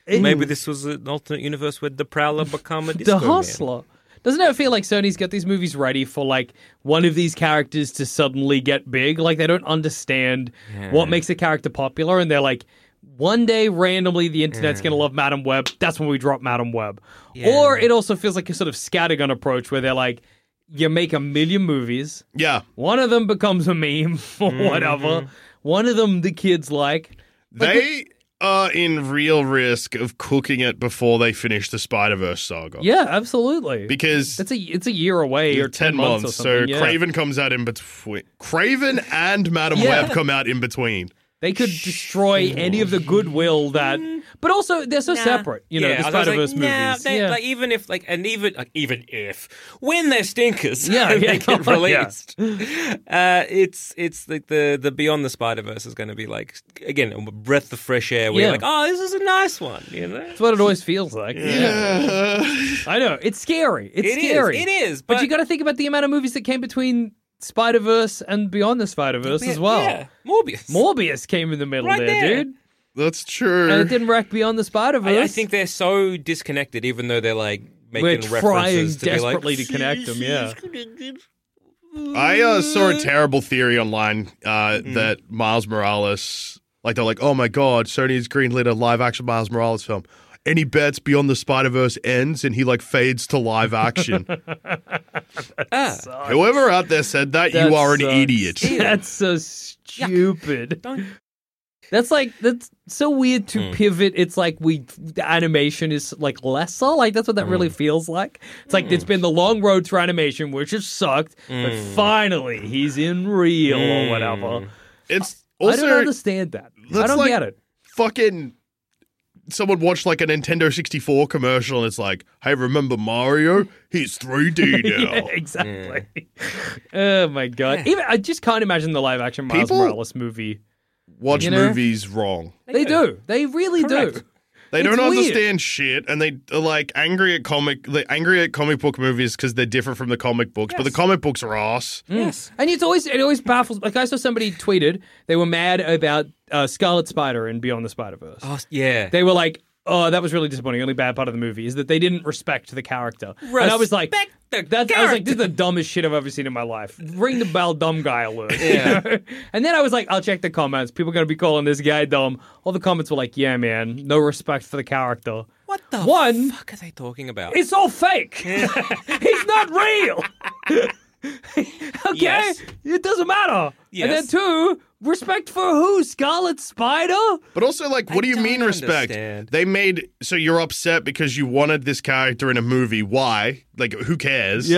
It-
Maybe this was an alternate universe where the Prowler become a disco
the
man.
Hustler. Doesn't it feel like Sony's got these movies ready for like one of these characters to suddenly get big? Like they don't understand what makes a character popular, and they're like, one day randomly the internet's gonna love Madam Web. That's when we drop Madam Web. Or it also feels like a sort of scattergun approach where they're like, you make a million movies,
yeah,
one of them becomes a meme or whatever, one of them the kids like.
they are in real risk of cooking it before they finish the Spider Verse saga.
Yeah, absolutely.
because
it's a it's a year away or
you're
ten, months, or
so
something. yeah.
Craven comes out in between. Craven and Madam
Yeah.
Web come out in between.
They could destroy any of the goodwill that. But also, they're so separate. You know,
Yeah,
the
I was
Spider
like,
Verse
nah,
movies.
they-
yeah.
like, even if like and even like, even if when they're stinkers,
Yeah,
and
yeah.
they get
Yeah.
released. Uh, it's it's like the the Beyond the Spider Verse is going to be like again a breath of fresh air. Where
Yeah.
you're like, oh, this is a nice one. You know,
That's what it always feels like. I know it's scary. It's
It is,
scary.
it is,
But,
but-
you got to think about the amount of movies that came between Spider Verse and Beyond the Spider Verse as well.
Yeah, Morbius.
Morbius came in the middle
Right there.
dude,
That's true.
and it didn't wreck Beyond the Spider Verse.
I, I think they're so disconnected, even though they're like
we're
making
trying
references to be like,
desperately to connect them. Yeah,
I uh, saw
Mm.
a terrible theory online uh,
Mm-hmm.
that Miles Morales, like they're like, oh my god, Sony's greenlit a live action Miles Morales film. Any bets beyond the Spider Verse ends, and he like fades to live action.
"Ah,
Whoever out there said that,
That
you are an
sucks.
idiot.
That's so stupid.
Don't-
That's like that's so weird
Hmm.
to pivot. It's like we the animation is like lesser. Like that's what that
Hmm.
really feels like. It's like it's been the long road for animation, which has sucked, but
Hmm.
finally he's in real or whatever.
It's
I don't
Hmm. also
understand that. I
that's
don't
like-
get it.
fucking. Someone watched like a Nintendo 64 commercial, and it's like, hey, remember Mario? He's 3D now.
Yeah, exactly. oh my god! Even I just can't imagine the live action Miles
People-
Morales movie.
Watch
You know?
movies wrong.
They do. They really do.
Correct.
They
It's
don't
weird.
understand shit, and they are like angry at comic. They angry at comic book movies because they're different from the comic books, but the comic books are ass.
Yes.
Hmm. And it's always it always baffles. Like I saw somebody tweeted they were mad about uh, Scarlet Spider and Beyond the Spider Verse.
Oh, yeah.
They were like, "Oh, that was really disappointing." The only bad part of the movie is that they didn't respect the character. and I was like,
Respect the
that's, I was like,
character.
"This is the dumbest shit I've ever seen in my life." Ring the bell, dumb guy alert. Yeah. and then I was like, "I'll check the comments. People are gonna be calling this guy dumb." All the comments were like, "Yeah, man, no respect for the character."
what the
One-
fuck are they talking about?
It's all fake. He's not real. okay,
Yes.
it doesn't matter. And then
Yes.
two, respect for who? Scarlet Spider.
But also, like, what do you
don't
mean
understand.
respect? They made so you're upset because you wanted this character in a movie. Why? Like, who cares?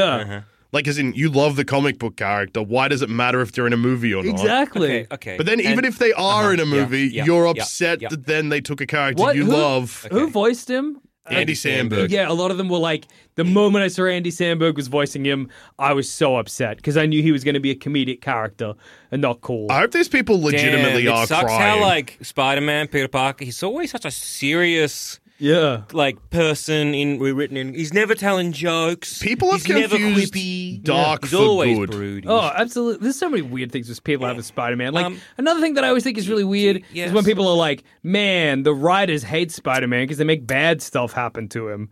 Like, as in, you love the comic book character. Why does it matter if they're in a movie or not?
exactly.
okay, okay.
But then, even
And- Uh-huh.
if they are in a movie,
yeah,
you're
yeah,
upset
yeah.
that then they took a character
What-
you
who-
love.
Who voiced him? Um,
Andy Samberg.
Yeah, a lot of them were like, the moment I saw Andy Sandberg was voicing him, I was so upset because I knew he was going to be a comedic character and not cool.
I hope these people legitimately
Damn,
are
it sucks
crying.
how like Spider-Man, Peter Parker, he's always such a serious
yeah.
like person in rewritten in. He's never telling jokes.
People have
he's never
confused
quippy.
dark
he's
for
always
good.
broody.
Oh, absolutely. There's so many weird things with people have with Spider Man. Like,
Um,
another thing that I always think is really weird
yes.
is when people are like, man, the writers hate Spider Man because they make bad stuff happen to him.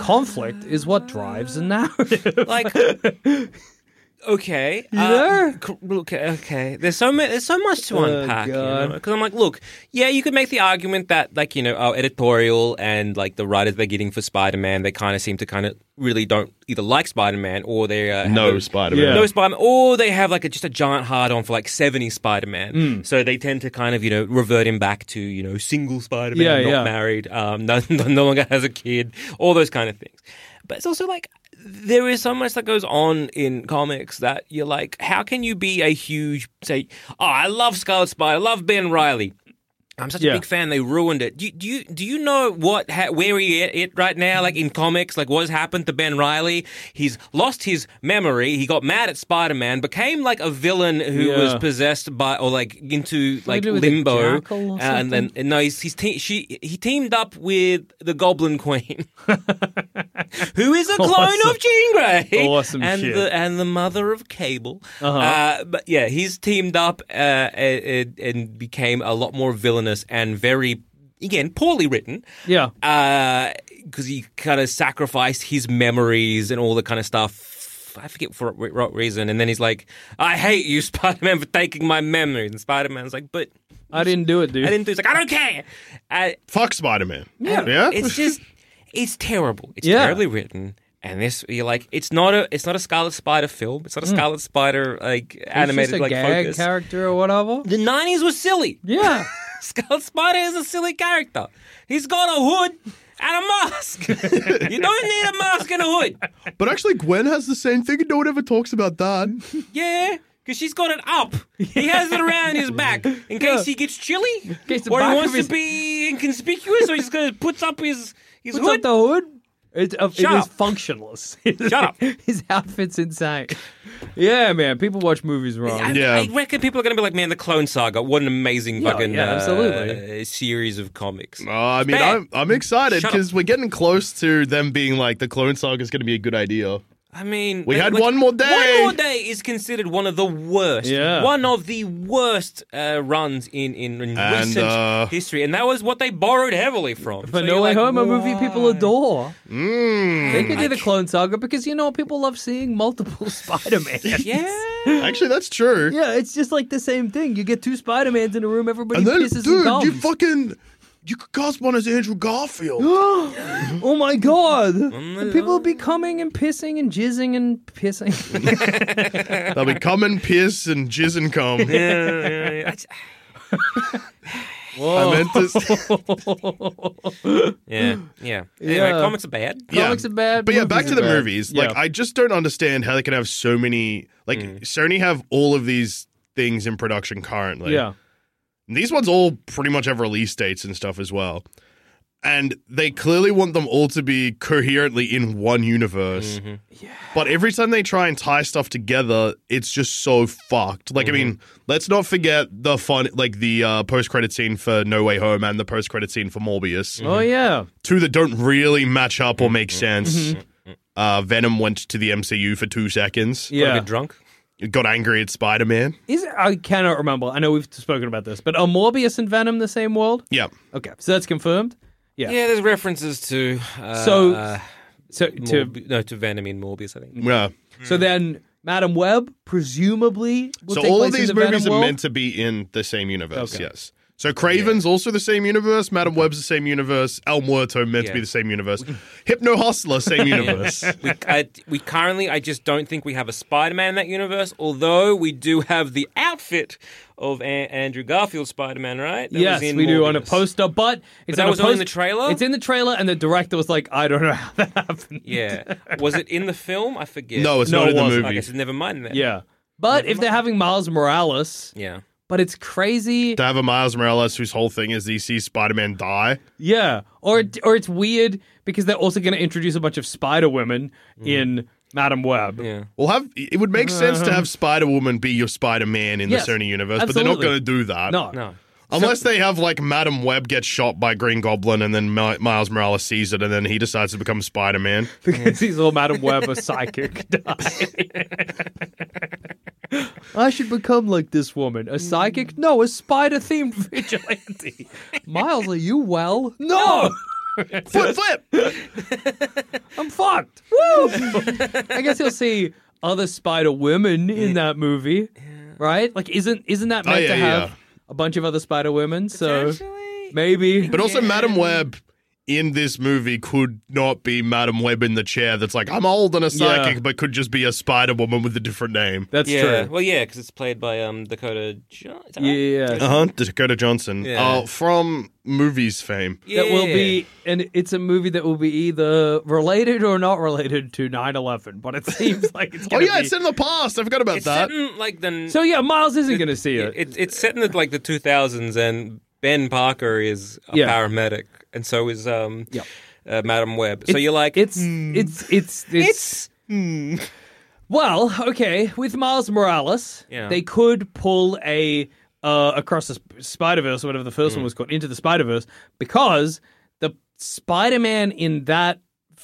Conflict is what drives a narrative.
like okay,
know? Oh,
uh, c- look, okay. There's so much. There's so much to unpack.
God.
Because I'm like, look, yeah, you could make the argument that like you know our editorial and like the writers they're getting for Spider-Man, they kind of seem to kind of really don't either like Spider-Man or they uh, have
no
a-
Spider-Man.
Yeah.
No Spider-Man, or they have like a, just a giant hard on for like 70 Spider-Man.
Hmm.
So they tend to kind of you know revert him back to you know single Spider-Man,
Yeah,
not
yeah.
married, um, no, no longer has a kid, all those kind of things. But it's also like there is so much that goes on in comics that you're like, how can you be a huge say? Oh, I love Scarlet Spider, I love Ben Riley. I'm such a
Yeah.
big fan. They ruined it. Do you do you, do you know what ha- where he at it right now? Like in comics, like what's happened to Ben Riley? He's lost his memory. He got mad at Spider Man, became like a villain who
Yeah.
was possessed by or like into like
do with a
limbo.
jackal or
Uh, and then no, he's, he's te- she he teamed up with the Goblin Queen, who is a clone
Awesome.
of Jean Grey.
Awesome
and
shit.
The, and the mother of Cable. Uh, but yeah, he's teamed up uh, and, and became a lot more villainous and very, again, poorly written.
Yeah.
Because he kind of sacrificed his memories and all the kind of stuff. I forget for what what reason. And then he's like, I hate you, Spider Man, for taking my memories. And Spider Man's like, but
I didn't do it, dude.
I didn't do it. He's like, I don't care. Uh,
Fuck Spider Man.
and
Yeah.
It's just it's terrible. It's
Yeah.
terribly written. And this you're like it's not a it's not a Scarlet Spider film. It's not a Scarlet Spider like
He's
animated
Hmm. just a
like
gag
focus.
character or whatever.
the nineties was silly.
Yeah.
Scarlet Spider is a silly character. He's got a hood and a mask. you don't need a mask and a hood.
But actually, Gwen has the same thing, and no one ever talks about that.
Yeah. Because she's got it up. He has it around his back in case he gets chilly.
case the
or
back
he
of
wants
his-
to be inconspicuous, or he's going to puts up his, his
What's
hood.
up the hood? It's uh, it
Shut
is
up.
functionless.
Shut up.
His outfit's insane. Yeah, man. People watch movies wrong.
I,
Yeah.
I reckon people are going to be like, man, the Clone Saga, what an amazing
Yeah,
fucking
yeah,
uh,
absolutely.
series of comics.
Uh, I mean,
bad.
I'm, I'm excited
Shut
because we're getting close to them being like the Clone Saga is going to be a good idea.
I mean,
We
they-
had One More Day.
One More Day is considered one of the worst,
Yeah.
one of the worst uh, runs in in, in
And,
recent
uh,
history, and that was what they borrowed heavily from.
But
So
No
you're
Way
like,
Home, a movie
why?
people adore.
Hmm.
Mm.
They could do the Clone Saga because you know people love seeing multiple Spider-Man.
Yeah,
Actually, that's true.
Yeah, it's just like the same thing. You get two Spider-Mans in a room, everybody
And then,
pisses and
dude,
gums.
you fucking you could cast one as Andrew Garfield.
oh my god! people will be coming and pissing and jizzing and pissing.
They'll be come and piss and jizz and come. I meant to,
yeah, yeah. Anyway,
Yeah.
comics are bad.
yeah.
Comics are bad,
But yeah,
movies
back to
are
the
bad.
movies. Like,
Yeah. Mm.
I just don't understand how they can have so many. Like, Sony have all of these things in production currently.
yeah,
And these ones all pretty much have release dates and stuff as well. And they clearly want them all to be coherently in one universe.
Mm-hmm.
But every time they try and tie stuff together, it's just so fucked.
Mm-hmm.
Like, I mean, let's not forget the fun, like the uh, post credit scene for No Way Home and the post credit scene for Morbius.
oh yeah,
Two that don't really match up
Mm-hmm.
or make sense. Uh, Venom went to the MCU for two seconds.
Gotta
yeah.
get drunk.
Got angry at Spider Man.
Is I cannot remember. I know we've spoken about this, but are Morbius and Venom the same world?
Yeah.
Okay, so that's confirmed. Yeah.
Yeah, there's references to uh,
So,
uh,
so to
Morbi- no to Venom in Morbius, I think.
Yeah.
so then, Madam Web presumably. Will
so
take
all of
place in
these
the Venom
movies are
world?
meant to be in the same universe.
Okay.
Yes. So Craven's also the same universe. Madam Web's the same universe. El Muerto meant to be
Yeah.
the same universe. Hypno Hustler same universe.
We, I, we currently, I just don't think we have a Spider-Man in that universe. Although we do have the outfit of a- Andrew Garfield's Spider-Man, right? That
Yes,
was in
we do on a
Morbius.
poster, but it's
that
on a
was only in the
post-
trailer?
It's in the trailer, and the director was like, "I don't know how that happened."
Yeah, was it in the film? I forget.
No, it's
No,
not
it
in the
wasn't.
I
movie.
guess never mind that.
Yeah. But if they're having Miles Morales,
yeah.
but it's crazy.
To have a Miles Morales whose whole thing is he sees Spider Man die.
Yeah. Or it- or it's weird because they're also going to introduce a bunch of Spider Women in Madam Web.
Mm. Yeah.
Well, have it would make sense to have Spider Woman be your Spider Man in
Uh-huh. Yes,
the Sony universe, but they're not
absolutely.
going to do that.
No.
No.
Unless they have like Madam Web get shot by Green Goblin and then Mi- Miles Morales sees it and then he decides to become Spider Man.
Because he's all Madam Web a psychic die. I should become like this woman. A psychic? No, a spider themed vigilante. Miles, are you well? No!
flip, flip.
I'm fucked. Woo! I guess you'll see other Spider Women in that movie, right? Like, isn't isn't that
Oh,
meant
yeah,
to have
yeah.
a bunch of other Spider Women? So maybe.
But also, Madam Web in this movie could not be Madam Web in the chair that's like, I'm old and a psychic,
Yeah.
but could just be a Spider Woman with a different name.
that's
yeah.
true.
Well, yeah, because it's played by um, Dakota. Jo- is that right?
Yeah.
Uh huh. Dakota Johnson.
Yeah.
Uh, from movies fame.
That will be, and it's a movie that will be either related or not related to 9 11, but it seems like it's
Oh,
going to
yeah,
be.
it's in the past. I forgot about
It's
that.
set in like the
so, yeah, Miles isn't going to see
it,
it.
it's set in the, like the 2000s and Ben Parker is a
Yeah.
paramedic, and so is um,
Yep.
uh, Madam Webb. So you're like,
it's it's it's it's, hmm. well okay with Miles Morales.
Yeah.
They could pull a uh, across the Spider Verse or whatever the first
Hmm.
one was called into the Spider Verse because the Spider Man in that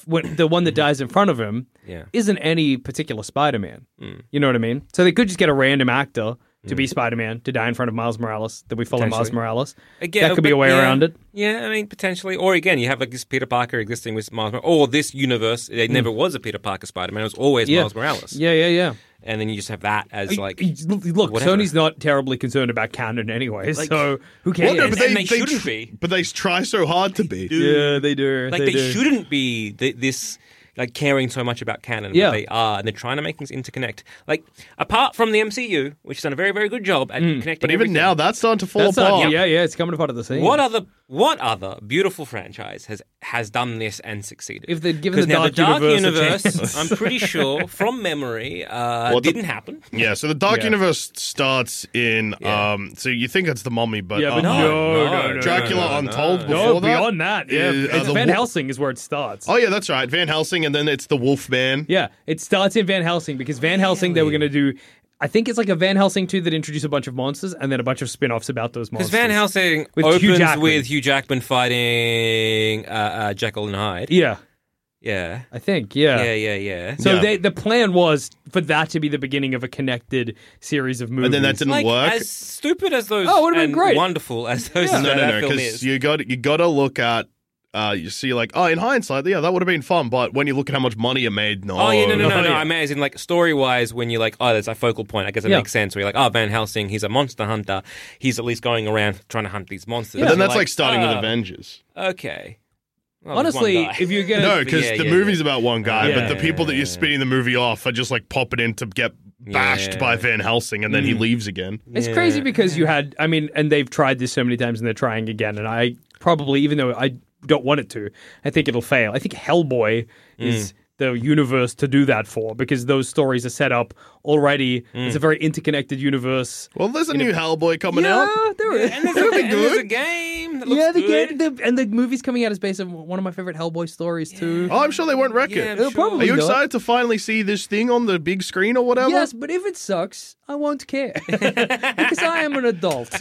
when, the one that dies in front of him
Mm-hmm. Yeah. Mm.
isn't any particular Spider Man. You know what I mean? So they could just get a random actor. To be Spider Man, to die in front of Miles Morales, that we follow Miles
Potentially.
Morales.
Again, oh,
that could be
but
a way
yeah.
around it.
Yeah, I mean potentially. Or again, you have like this Peter Parker existing with Miles, Morales, or this universe. There never was a Peter Parker Spider-Man. It was always
Mm. Yeah.
Miles Morales.
Yeah, yeah, yeah.
and then you just have that as like,
Y- y- look,
whatever.
Sony's not terribly concerned about canon anyway,
Like-
so who
Well,
cares?
no, but they,
And they
they
shouldn't
tr-
be.
But they try so hard to be.
yeah, they do.
like they, shouldn't be th- this like caring so much about canon.
Yeah.
but they are, and they're trying to make things interconnect. Like apart from the MCU, which has done a very very good job at
Mm.
connecting.
But even
everything,
now, that's starting to fall
That's
apart.
not, yeah, yeah, it's coming apart of the scene.
What other what other beautiful franchise has has done this and succeeded?
If they'd given
'Cause
the
now
Dark Universe a chance.
I'm pretty sure from memory, uh,
What the-
didn't happen.
Yeah, so the Dark
Yeah.
Universe starts in.
Yeah.
um So you think it's the mummy, but,
Yeah, but
uh,
no,
no,
no,
no,
no,
Dracula
no, no,
Untold
no.
before
No,
that.
beyond that, yeah,
is, uh,
it's
the
Van
wo-
Helsing is where it starts.
Oh yeah, that's right. Van Helsing, and then it's the Wolfman.
Yeah, it starts in Van Helsing because Van Helsing they were going to do. I think it's like a Van Helsing two that introduced a bunch of monsters and then a bunch of spin-offs about those
Because
monsters.
Van Helsing
With Hugh
opens
Jackman.
with Hugh Jackman fighting uh, uh, Jekyll and Hyde.
yeah,
Yeah.
I think,
Yeah, yeah, yeah.
So
Yeah.
They, the plan was for that to be the beginning of a connected series of movies.
And then that didn't
like,
work.
as stupid as those
Oh, it would've been
and
great.
wonderful as those
no,
that, that
no, no,
film
because
is.
you got you got to look at. Uh, you see, like, oh, in hindsight, yeah, that would have been fun. But when you look at how much money you made, no.
Oh yeah, no, no, no, no.
yeah.
I mean, as in like story-wise, when you're like, oh, there's a focal point. I guess it
Yeah.
makes sense. Where you're like, oh, Van Helsing, he's a monster hunter. He's at least going around trying to hunt these monsters.
But
You're
then that's like, starting with
"Ah,
Avengers.
Okay. Well, Oh, there's one
Honestly,
guy.
if you're gonna
No, because
yeah,
the
yeah,
movie's
yeah.
about one guy,
Yeah.
but the people that you're spinning the movie off are just like popping in to get bashed
Yeah. Mm-hmm.
by Van Helsing, and then he leaves again.
It's
Yeah.
crazy because you had, I mean, and they've tried this so many times and they're trying again. And I probably, even though I don't want it to, I think it'll fail. I think Hellboy
Mm.
is the universe to do that for because those stories are set up already.
Mm.
It's a very interconnected universe.
Well, there's a new Hellboy coming out.
there is.
and there's, a, and there's a game. That looks
yeah, the
good.
game, the, and the movie's coming out is based on one of my favorite Hellboy stories too.
Oh, I'm sure they won't wreck
Yeah,
it.
I'm It'll sure.
probably
Are you
not.
excited to finally see this thing on the big screen or whatever?
Yes, but if it sucks, I won't care because I am an adult.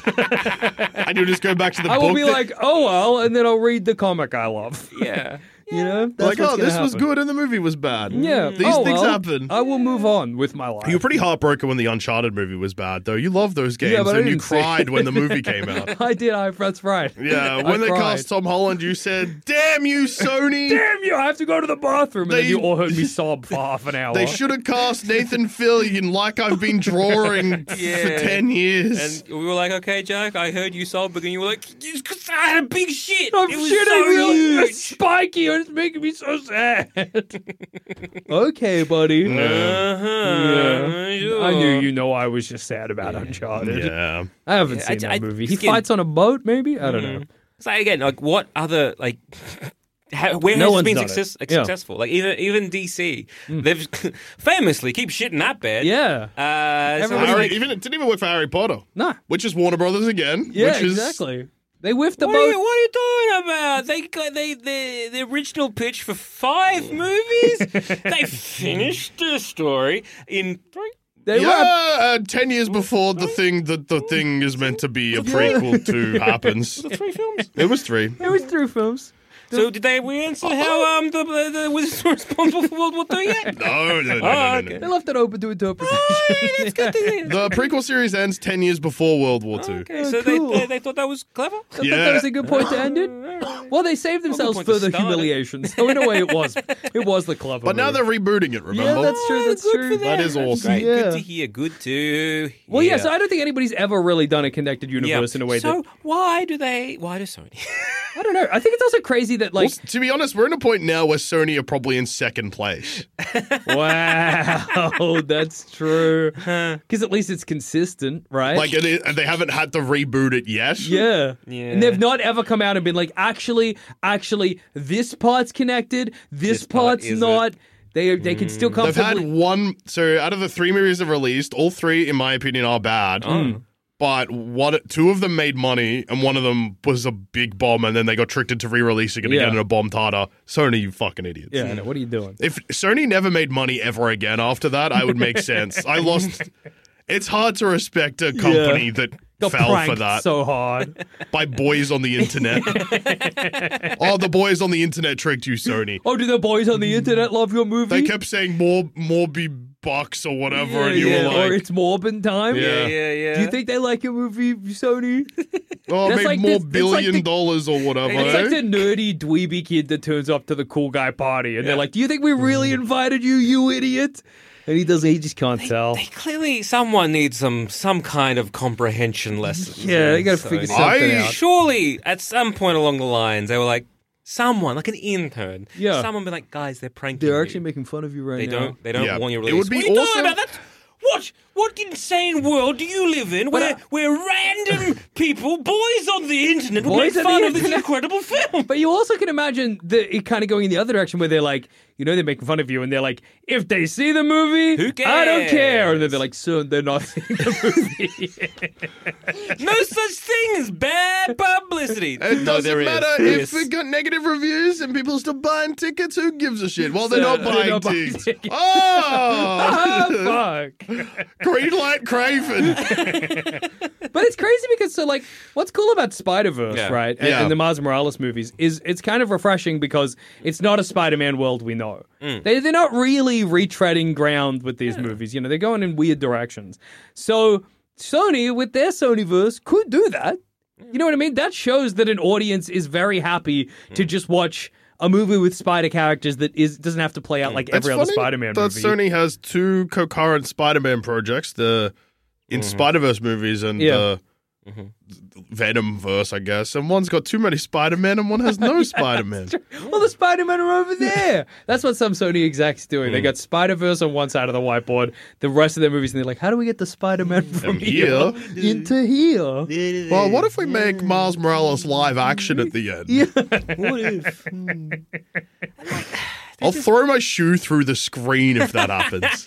And you'll just go back to the
I
book.
will be
that-
like, oh well, and then I'll read the comic I love.
Yeah.
You know,
like,
what's
oh,
gonna
this was
happen.
good and the movie was bad.
Yeah,
These
Oh,
things
well,
happen.
I will move on with my life.
you were pretty heartbroken when the Uncharted movie was bad, though. You loved those games,
Yeah, but I
and you
didn't see it.
cried when the movie came out.
I did. I that's right.
Yeah,
I
when they
cried.
cast Tom Holland, you said, "Damn you, Sony!
Damn you! I have to go to the bathroom, and
They-
then you all heard me sob for half an hour.
They should have cast Nathan Fillion like I've been drawing
Yeah.
for ten years."
And we were like, okay, Jack, I heard you sobbing, and you were like, because I had a big shit.
I'm
it
shitting
was
you.
so
It's spiky, and it's making me so sad. okay, buddy.
Uh-huh.
Yeah. I knew you know I was just sad about Uncharted.
yeah,
I haven't
Yeah, I-
seen that
I-
movie. He
skin-
fights on a boat, maybe. I don't
Mm-hmm.
know.
So again, like, what other like? How, where
No
has
one's
it been
done it.
success,
Yeah. Hmm.
successful? Like even even DC, they've famously keep shitting that bed.
Yeah.
Uh, so
Everybody's
it's
Harry,
like,
even it didn't even work for Harry Potter.
Nah.
which is Warner Brothers again.
Yeah,
which is,
exactly. They whiffed the
what, are you,
boat.
what are you talking about? They got they the the original pitch for five movies. they finished the story in three.
They
yeah,
were
uh, ten years before the thing that the thing is meant to be a prequel to happens.
Three films.
It was three.
It was through films.
So did they? We answer
Oh.
how um the the, the was responsible for World War Two yet? Oh,
No, no, no, no, no,
okay.
They
no.
left it open to interpretation.
That's good to hear.
The prequel series ends ten years before World War II.
Okay,
Oh,
so
cool.
they, they they thought that was clever.
I thought
Yeah.
that was a good point to end it. Well, they saved themselves
point to
further
start it.
humiliation. So in a way, it was it was the clever.
But now
move.
they're rebooting it. Remember?
yeah, that's true. That's
good
true.
for them.
That is awesome.
Great. Good
Yeah.
to hear. Good to. Hear.
Well, yeah. So I don't think anybody's ever really done a connected
Yeah.
universe in a way
So
that
why do they? Why do Sony?
I don't know. I think it's also crazy that like
Well, to be honest, we're in a point now where Sony are probably in second place.
wow, that's true. Because at least it's consistent, right?
Like, it is, and they haven't had to reboot it yet.
Yeah.
Yeah.
And they've not ever come out and been like, actually, actually, this part's connected, this,
This part
part's
isn't.
not. They they can still
Mm. They've
comfortably Oh.
had one. So, out of the three movies they've released, all three, in my opinion, are bad. But what two of them made money, and one of them was a big bomb, and then they got tricked into re-releasing it
Yeah.
again in a bomb Tata. Sony, you fucking idiots.
Yeah, I know. What are you doing?
If Sony never made money ever again after that, I would make sense. I lost. It's hard to respect a company that
Got
fell for
pranked
that
so hard.
by boys on the internet. oh, the boys on the internet tricked you, Sony.
oh, do the boys on the internet love your movie?
Mm. They kept saying more Morby Bucks or whatever,
yeah,
and you were
yeah,
like,
or it's Morbin time.
Yeah.
Yeah, yeah.
Do you think they like your movie, Sony?
oh,
that's
make
like
more
this- it's
billion
like the-
dollars or whatever.
It's like
eh?
the nerdy dweeby kid that turns up to the cool guy party and they're like, Do you think we
Mm.
really invited you, you idiot? And he doesn't he just can't tell.
Clearly, someone needs some some kind of comprehension lesson.
yeah, you gotta
So
figure
it-
something
I-
out.
Surely, at some point along the lines, they were like, someone, like an intern,
Yeah.
someone be like, guys, they're pranking
They're
you.
actually making fun of you right
They
now.
don't. They don't
Yeah.
want your
It
release.
would
what
be
are you
also-
talking about? That's, what? What insane world do you live in where where random people, boys on the internet, will
Boys
make
on the
fun of this
internet.
incredible film?
But you also can imagine the, it kind of going in the other direction where they're like, you know, they're making fun of you and they're like, if they see the movie,
Who
I don't care.
cares?
And then they're like, sir, they're not seeing the movie.
no such thing as bad publicity. No,
It doesn't
there is.
matter
There
if
is.
it got negative reviews and people still buying tickets. Who gives a shit? Well, they're
So,
not
they're
buying
not buying
tickets.
tickets.
Oh,
Ah, fuck.
greenlight Craven.
But it's crazy because so like what's cool about Spider Verse,
Yeah.
right? And,
Yeah.
and the Miles Morales movies is it's kind of refreshing because it's not a Spider Man world we know. They they're not really retreading ground with these movies. You know, they're going in weird directions. So Sony with their Sonyverse could do that. You know what I mean? That shows that an audience is very happy to just watch a movie with spider characters that is doesn't have to play out like every other Spider Man
that
movie.
Sony has two concurrent Spider-Man projects: the in Spider-Verse movies and
Yeah.
the Mm-hmm. Venom verse, I guess. And one's got too many Spider-Man, and one has no Spider-Man.
Well, the Spider Men are over there. That's what some Sony execs doing. They got Spider Verse on one side of the whiteboard, the rest of their movies, and they're like, "How do we get the Spider Man
From
from
here.
here, into here?"
Well, what if we make Miles Morales live action at the end?
What if?
I'll throw my shoe through the screen if that happens.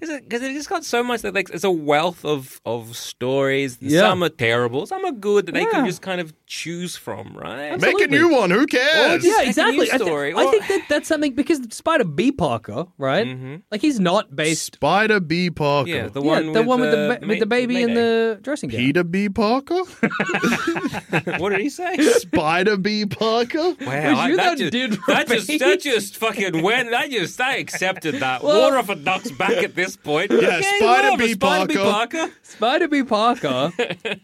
Because it just got so much that like it's a wealth of of stories.
Yeah.
Some are terrible, some are good that they
Yeah.
can just kind of choose from, right?
Make a new one. Who cares?
Yeah,
It's like a new
exactly. I, thi-
story.
I
Or-
think that that's something because Spider B Parker, right? Like he's not based.
Spider B Parker.
Yeah, the
Yeah,
one,
the one with the,
uh,
ba- with the
Ma-
baby in
Mayday.
the dressing gown.
Peter B. Parker?
What did he say?
Spider B. Parker?
Wow,
you that
just,
did
that just that
repeat.
just fucking went. That just I accepted that.
Well-
Water off a duck's back at this point. Yeah,
Spider B.
Spider B.
Parker.
Parker.
Spider B Parker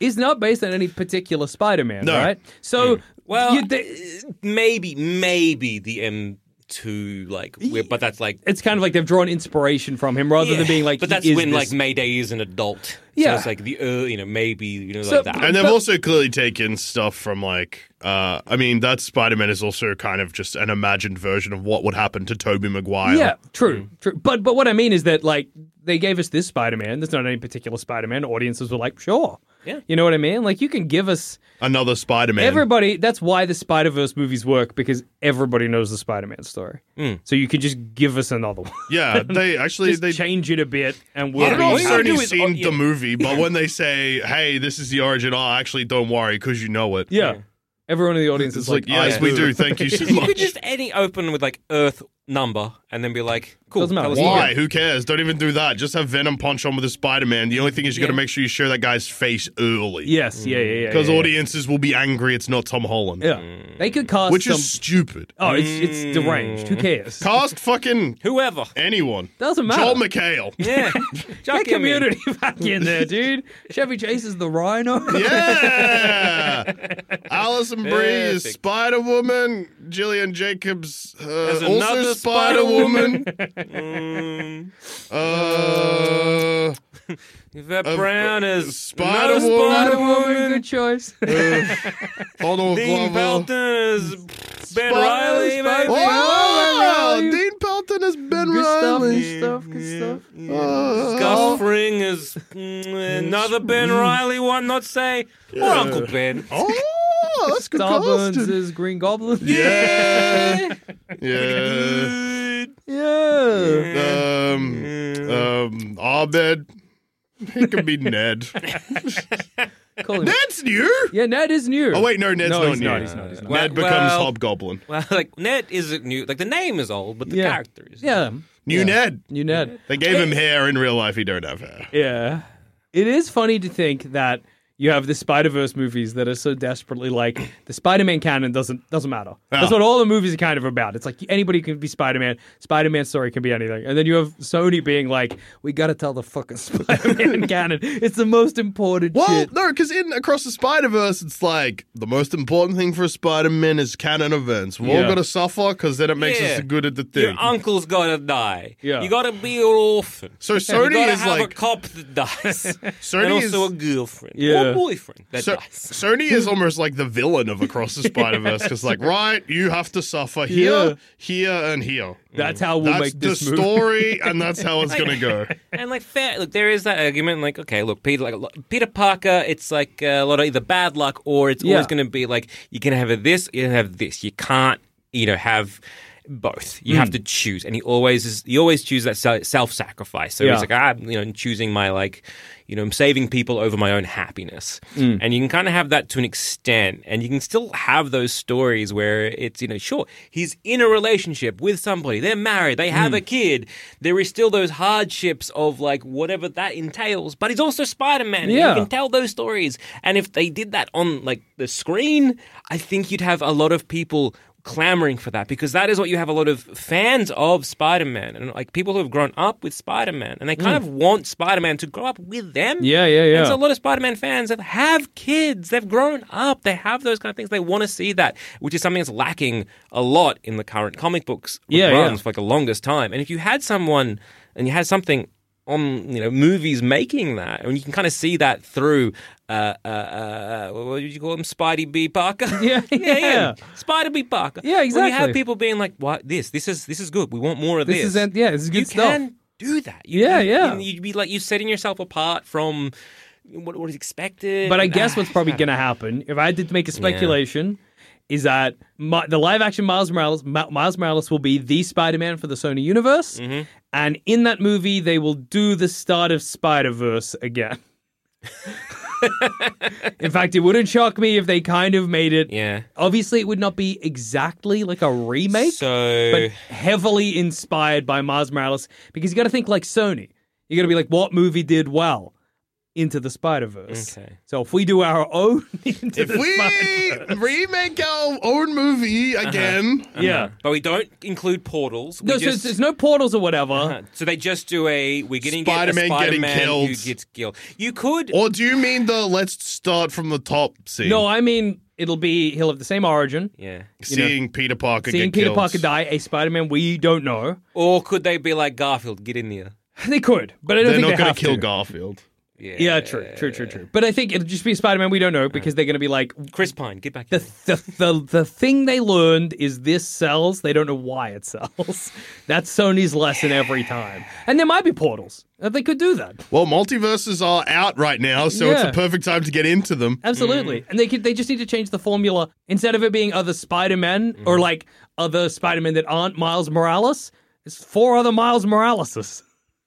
is not based on any particular Spider Man,
No.
right? So,
Well,
you- they-
maybe maybe the M two like, we're- but that's like.
it's kind of like they've drawn inspiration from him rather than being like.
but
he
that's
is
when like
this
Mayday is an adult.
Yeah.
so it's like the uh, you know maybe you know
So-
like that.
And they've also clearly taken stuff from like, uh, I mean, that Spider Man is also kind of just an imagined version of what would happen to Tobey Maguire.
Yeah, true,
Mm-hmm.
true. But but what I mean is that like they gave us this Spider Man. There's not any particular Spider Man. Audiences were like, sure.
Yeah.
You know what I mean? Like you can give us
Another Spider Man.
everybody. That's why the Spider Verse movies work because everybody knows the Spider Man story.
Mm.
So you could just give us another one.
yeah, they actually
just
they.
change it a bit, and we'll
I don't know
be
if
All you
happy.
do
Sony's
is-
seen
oh, yeah.
the movie, but when they say, "Hey, this is the origin," oh, actually, don't worry because you know it.
Yeah. Everyone in the audience
it's,
is
like,
like,
yes,
I
we
it."
do. Thank you so
You could
much.
just any open with like Earth number and then be like, cool.
Doesn't matter.
tell us
Why?
more.
Who cares? Don't even do that. Just have Venom punch on with a Spider Man. The only thing is you got to make sure you show that guy's face early.
Yes, yeah, yeah, yeah.
Because
yeah,
audiences will be angry it's not Tom Holland.
yeah.
Mm.
they could cast
Which
some.
is stupid.
oh, it's it's deranged.
Mm.
Who cares?
Cast fucking
Whoever.
anyone.
Doesn't matter.
Joel McHale.
Yeah. Chuck him in.
Get community back in there, dude. Chevy Chase is the Rhino.
Yeah. Alison Brie is
Perfect.
Spider Woman. Jillian Jacobs uh,
There's
also
another
Spider Woman. uh,
Yvette Brown is
Spider
another
Woman.
Spider Woman.
Good choice.
Donald
Dean
Glover.
Pelton is Ben
Spider-
Riley,
Spider-
maybe.
Oh,
Riley.
Dean Pelton is Ben
Good stuff.
Riley.
Good stuff. Good stuff.
Uh,
Mm,
Oh.
Gus Fring is mm, another Ben Riley one, not say, or Uncle Ben.
oh, that's good
Starburns
casting.
is Green Goblin.
Yeah. yeah.
Yeah.
Um, um, Abed. He could be Ned.
call him.
Ned's new.
Yeah, Ned is new.
Oh wait, no, Ned's
no,
not
he's
new.
not. He's not. He's not.
Ned
Well-
becomes
well-
Hobgoblin.
Well, like Ned isn't new. Like the name is old, but the
Yeah.
character is.
Yeah,
New Ned.
new Ned.
They gave him hair. In real life, he don't have hair.
Yeah. It is funny to think that you have the Spider Verse movies that are so desperately like the Spider Man canon doesn't doesn't matter. That's what all the movies are kind of about. It's like anybody can be Spider Man. Spider Man story can be anything. And then you have Sony being like, we got to tell the fucking Spider Man canon. It's the most important
Well,
shit.
no, because in Across the Spider Verse, it's like the most important thing for Spider Man is canon events. We're
Yeah.
all gonna suffer because then it makes
Yeah.
us good at the thing.
Your uncle's gotta die.
Yeah.
You gotta be an orphan.
so
you
Sony
gotta
is
have a
like
cop that dies.
Sony
and also
is-
a girlfriend. Or
Yeah.
a boyfriend that
So-
dies.
Sony is almost like the villain of Across the Spider Verse because like right, you have to suffer here,
Yeah.
here, and here.
That's how we'll
that's
make
the
this movie.
story, and that's how it's gonna go.
And like fair look, there is that argument, like, okay, look, Peter like lo- Peter Parker, it's like uh, a lot of either bad luck or it's always
Yeah.
gonna be like you're gonna have a this, you're gonna have this. You can't, you know, have both. You have to
Hmm.
choose. And he always is he always chooses that self sacrifice. So
Yeah.
he's like, I'm you know, choosing my like you know, I'm saving people over my own happiness.
Hmm.
And you can kind of have that to an extent. And you can still have those stories where it's, you know, sure, he's in a relationship with somebody, they're married, they
Hmm.
have a kid. There is still those hardships of like whatever that entails, but he's also Spider Man.
Yeah.
You can tell those stories. And if they did that on like the screen, I think you'd have a lot of people clamoring for that because that is what you have a lot of fans of Spider-Man and like people who have grown up with Spider-Man and they kind of want Spider-Man to grow up with them.
Mm. Yeah, yeah, yeah.
And so a lot of Spider-Man fans have, have kids. They've grown up. They have those kind of things. They want to see that, which is something that's lacking a lot in the current comic books
Yeah, yeah.
runs for like the longest time. And if you had someone and you had something on you know movies making that, and you can kind of see that through. Uh, uh, uh, what did you call him? Spidey B Parker.
Yeah,
yeah,
yeah.
Spider B Parker.
Yeah,
When you have
exactly.
people being like, "What this? This is this is good. We want more of
This
this."
is yeah, this is good
you
stuff.
can do that. You,
Yeah,
you-
yeah.
you- You'd be like you're setting yourself apart from what, what is expected.
But I
and,
guess
ah,
what's probably going to happen, if I did make a speculation, is that my, the live action Miles Morales, Ma- Miles Morales will be the Spider Man for the Sony universe, and in that movie they will do the start of Spider Verse again. in fact, it wouldn't shock me if they kind of made it.
Yeah.
Obviously, it would not be exactly like a remake
So
but heavily inspired by Mars Morales because you got to think like Sony. You got to be like, what movie did well? Into the Spider Verse.
Okay.
So if we do our own Into
If
the Spider,
we remake our own movie
Uh-huh.
again,
yeah.
But we don't include portals. We
No, so
just- Uh,
there's no portals or whatever.
Uh-huh.
So they just do a we're getting get a
Spider-Man getting
Spider-Man
killed.
who gets killed. You could
or do you mean the let's start from the top scene?
No, I mean it'll be he'll have the same origin.
yeah.
seeing Peter Parker
Seeing
get
Peter
killed.
Parker die, a Spider Man we don't know.
Or could they be like Garfield, get in there?
They could, but I don't
They're
think
not
they
gonna
have
kill
to.
Garfield.
Yeah, true, true, true, true. But I think it'll just be Spider Man we don't know because they're going to be like
Chris Pine, get back
the,
in. there.
the, the, the thing they learned is this sells. They don't know why it sells. That's Sony's lesson every time. And there might be portals. Uh, They could do that.
Well, multiverses are out right now, so it's
Yeah.
a perfect time to get into them.
Absolutely. And they could, they just need to change the formula. Instead of it being other Spider-Men or like other Spider-Men that aren't Miles Morales, it's four other Miles Moraleses.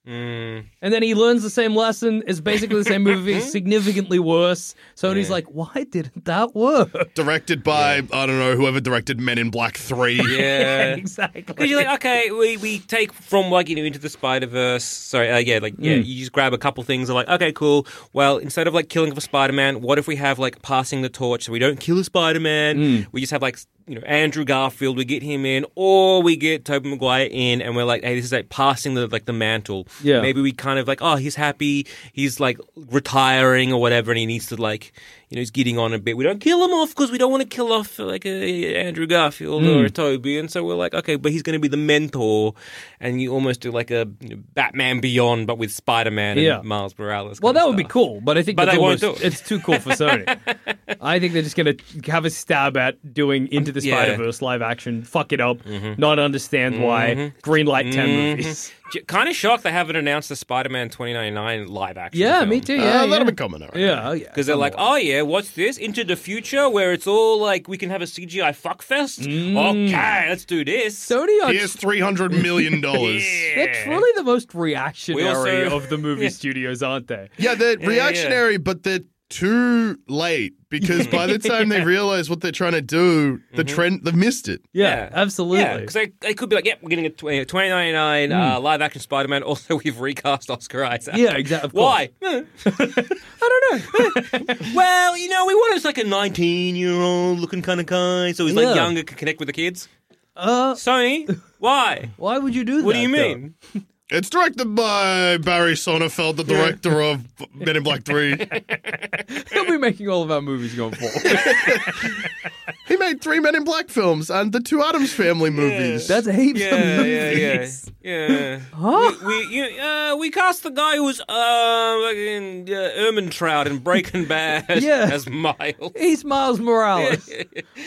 And then he learns the same lesson. It's basically the same movie, significantly worse. Sony's like, why didn't that work?
Directed by, I don't know, whoever directed Men in Black Uh, 3.
Yeah.
exactly.
Because you're like, okay, we, we take from like you know into the Spider Verse. Sorry, uh, yeah, like yeah, you just grab a couple things. Are like, okay, cool. Well, instead of like killing off a Spider Man, what if we have like passing the torch? So we don't kill a Spider Man. We just have like s- you know Andrew Garfield. We get him in, or we get Tobey Maguire in, and we're like, hey, this is like passing the like the mantle.
Yeah.
Maybe we kind of like, oh, he's happy. He's like retiring or whatever, and he needs to like. You know, he's getting on a bit. We don't kill him off because we don't want to kill off like a Andrew Garfield or
Mm.
a Toby, and so we're like, okay, but he's going to be the mentor, and you almost do like a you know, Batman Beyond, but with Spider Man
Yeah.
and Miles Morales.
Well,
kind of
that would be
stuff.
cool, but I think
But
that's
they won't
almost-
do it.
it's too cool for Sony. I think they're just going to have a stab at doing Into the
Yeah. Mm-hmm.
Spider Verse live action, fuck it up, not understand why, green light 10 movies.
J- Kind of shocked they haven't announced the Spider Man 2099 live action.
Yeah, me too. Yeah,
Uh,
yeah.
that'll be coming around.
yeah, oh, yeah.
Because they're like, oh yeah, what's this? Into the future, where it's all like we can have a CGI fuckfest.
Mm.
Okay, let's do this.
Sony are
Here's $300 million. yeah.
they're truly the most reactionary
We also-
of the movie studios, aren't they?
they're reactionary, but they're too late because by the time they realize what they're trying to do, the
Mm-hmm.
trend they've missed it.
Yeah, absolutely. Hmm.
Yeah, because they, they could be like, yep, we're getting a tw- uh, 2099 uh, live action Spider Man. Also, we've recast Oscar Isaac.
Yeah, exact- of course.
Why? Eh. I don't know. Eh. well, you know, we want us like a 19 year old looking kind of guy, so he's
Yeah.
like younger, can connect with the kids.
uh,
Sony, why?
why would you do that?
What do you
though?
mean?
It's directed by Barry Sonnenfeld, the director of Men in Black 3.
He'll be making all of our movies going forward.
he made three Men in Black films and the two Adams Family movies.
That's heaps of
Yeah, yeah, yeah,
movies.
yeah. We we, you, uh, we cast the guy who was uh, like in, uh, Ermintrout in Breaking Bad
Yeah.
as Miles.
He's Miles Morales.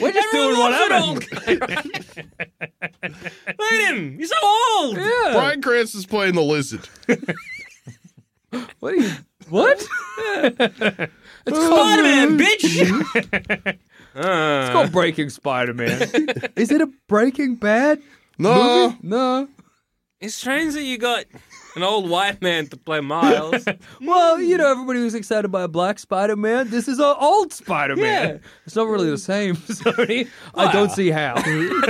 We're just
Everyone
doing whatever.
loves an old guy. Look at him. He's so old.
Yeah.
Brian Cranston's playing the lizard.
What? Are you, what? it's
Spider
called,
Man, bitch.
it's called Breaking Spider Man. Is it a Breaking Bad?
No.
movie? Uh, No.
it's strange that you got an old white man to play Miles.
Well, you know, everybody was excited by a black Spider Man. This is an old Spider Man.
Yeah.
It's not really the same, Sony. I don't see how.
what, do you,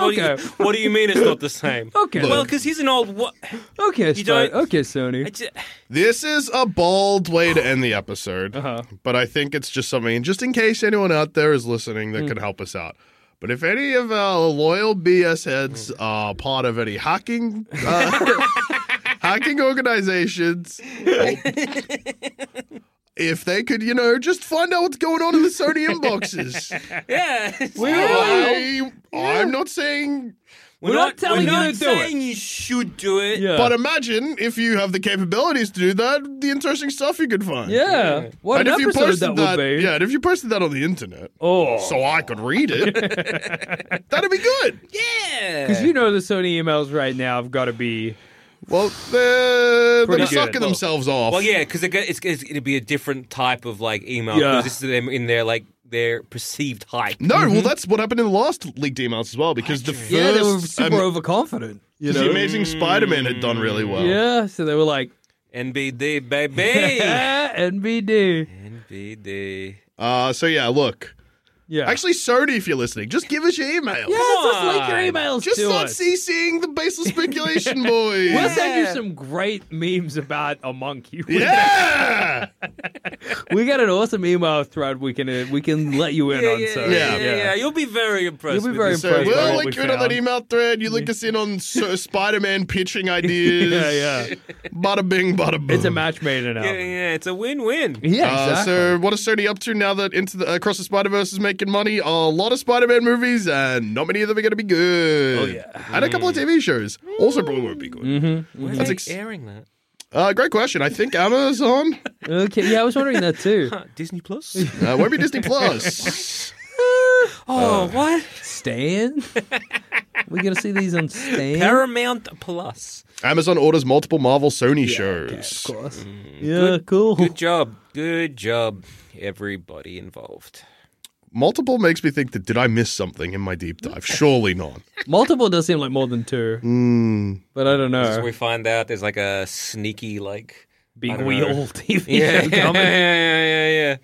Okay.
what do you mean it's not the same?
Okay.
Well, because he's an old. Wha-
okay,
You
Spider-
don't-
okay, Sony.
It's-
This is a bold way to end the episode,
Uh-huh.
but I think it's just something, just in case anyone out there is listening
Hmm.
that could help us out. But if any of our loyal BS
Hmm.
heads are part of any hacking, uh, hacking organizations, oh, if they could, you know, just find out what's going on in the Sony inboxes.
yeah. it's-
I, I'm not saying
We're,
not telling
we're
you
not
to do it.
saying you should do it.
Yeah.
But imagine if you have the capabilities to do that, the interesting stuff you could find.
yeah. What
And
an
if you
episode
posted
that
that,
would be.
yeah, and if you posted that on the internet,
Oh.
so I could read it, that'd be good.
Yeah.
Because you know the Sony emails right now have got to be.
Well, they're,
Pretty
they're
good.
sucking
Well-
themselves off.
Well, yeah, because it's, it's it'd be a different type of like email.
Yeah.
'cause This is them in their like their perceived hype.
No, well, that's what happened in the last leaked emails as well, because the first
Mm-hmm. Yeah, they were super
um,
overconfident. You
the
know?
Amazing Spider-Man had done really well.
Yeah, so they were like,
NBD baby.
ah, NBD.
NBD.
Uh, so yeah, look,
Yeah.
actually, Sony, if you're listening, just give us your email.
yeah, just link your
on.
emails
Just
to
start
us.
CCing the baseless speculation boys.
We'll send you some great memes about a monkey.
yeah.
we got an awesome email thread we can uh, we can let you in
Yeah,
on.
yeah,
so
yeah, yeah,
Yeah.
yeah. You'll be very impressed.
You'll be
with
very
this.
So
impressed. Right, right,
we'll
we
link you in on
found.
that email thread. You link us in on so, Spider-Man pitching ideas.
Yeah, yeah.
Bada bing, bada boom.
It's a match made in
Yeah,
heaven.
yeah, it's a win-win.
Yeah,
Uh,
exactly.
so what is Sony up to now that into the Across the Spider Verse is making money? A lot of Spider-Man movies, and not many of them are going to be good. Oh yeah, and a couple of TV shows also probably won't be good.
Mm-hmm.
Where's
That's
they
ex-
airing that?
Uh, great question. I think Amazon
okay, yeah, I was wondering that too.
Huh, Disney Plus.
uh, won't be Disney Plus.
oh, what?
Stan? we gonna see these on Stan?
Paramount Plus.
Amazon orders multiple Marvel Sony shows.
of course.
Mm.
yeah, cool.
Good job. Good job, everybody involved.
Multiple makes me think that did I miss something in my deep dive? Surely not.
Multiple does seem like more than two,
Mm.
but I don't
So
know.
we find out there's like a sneaky like I
Big
don't
wheel
know.
TV
Yeah,
show
yeah, yeah,
coming.
yeah, yeah.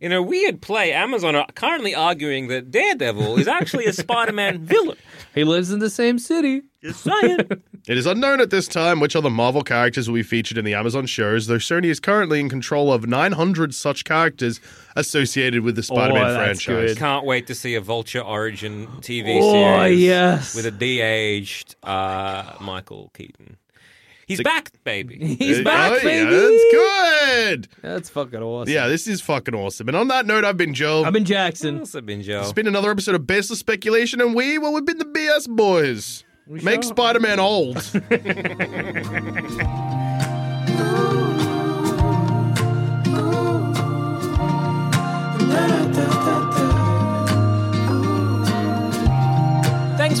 In a weird play, Amazon are currently arguing that Daredevil is actually a Spider-Man villain.
He lives in the same city.
Just saying.
It is unknown at this time which other Marvel characters will be featured in the Amazon shows, though Sony is currently in control of 900 such characters associated with the Spider Man
Oh, that's
franchise.
good.
Can't wait to see a Vulture Origin TV
Oh,
series
yes.
with a de-aged uh, Michael Keaton. He's back, baby.
He's
Uh,
back,
oh, yeah,
baby.
that's good.
That's fucking awesome.
Yeah, this is fucking awesome. And on that note, I've been Joe.
I'm in Jackson.
Also been Joe.
It's been another episode of Baseless Speculation, and we, well, we've been the BS boys. Make Spider Man old.
Thanks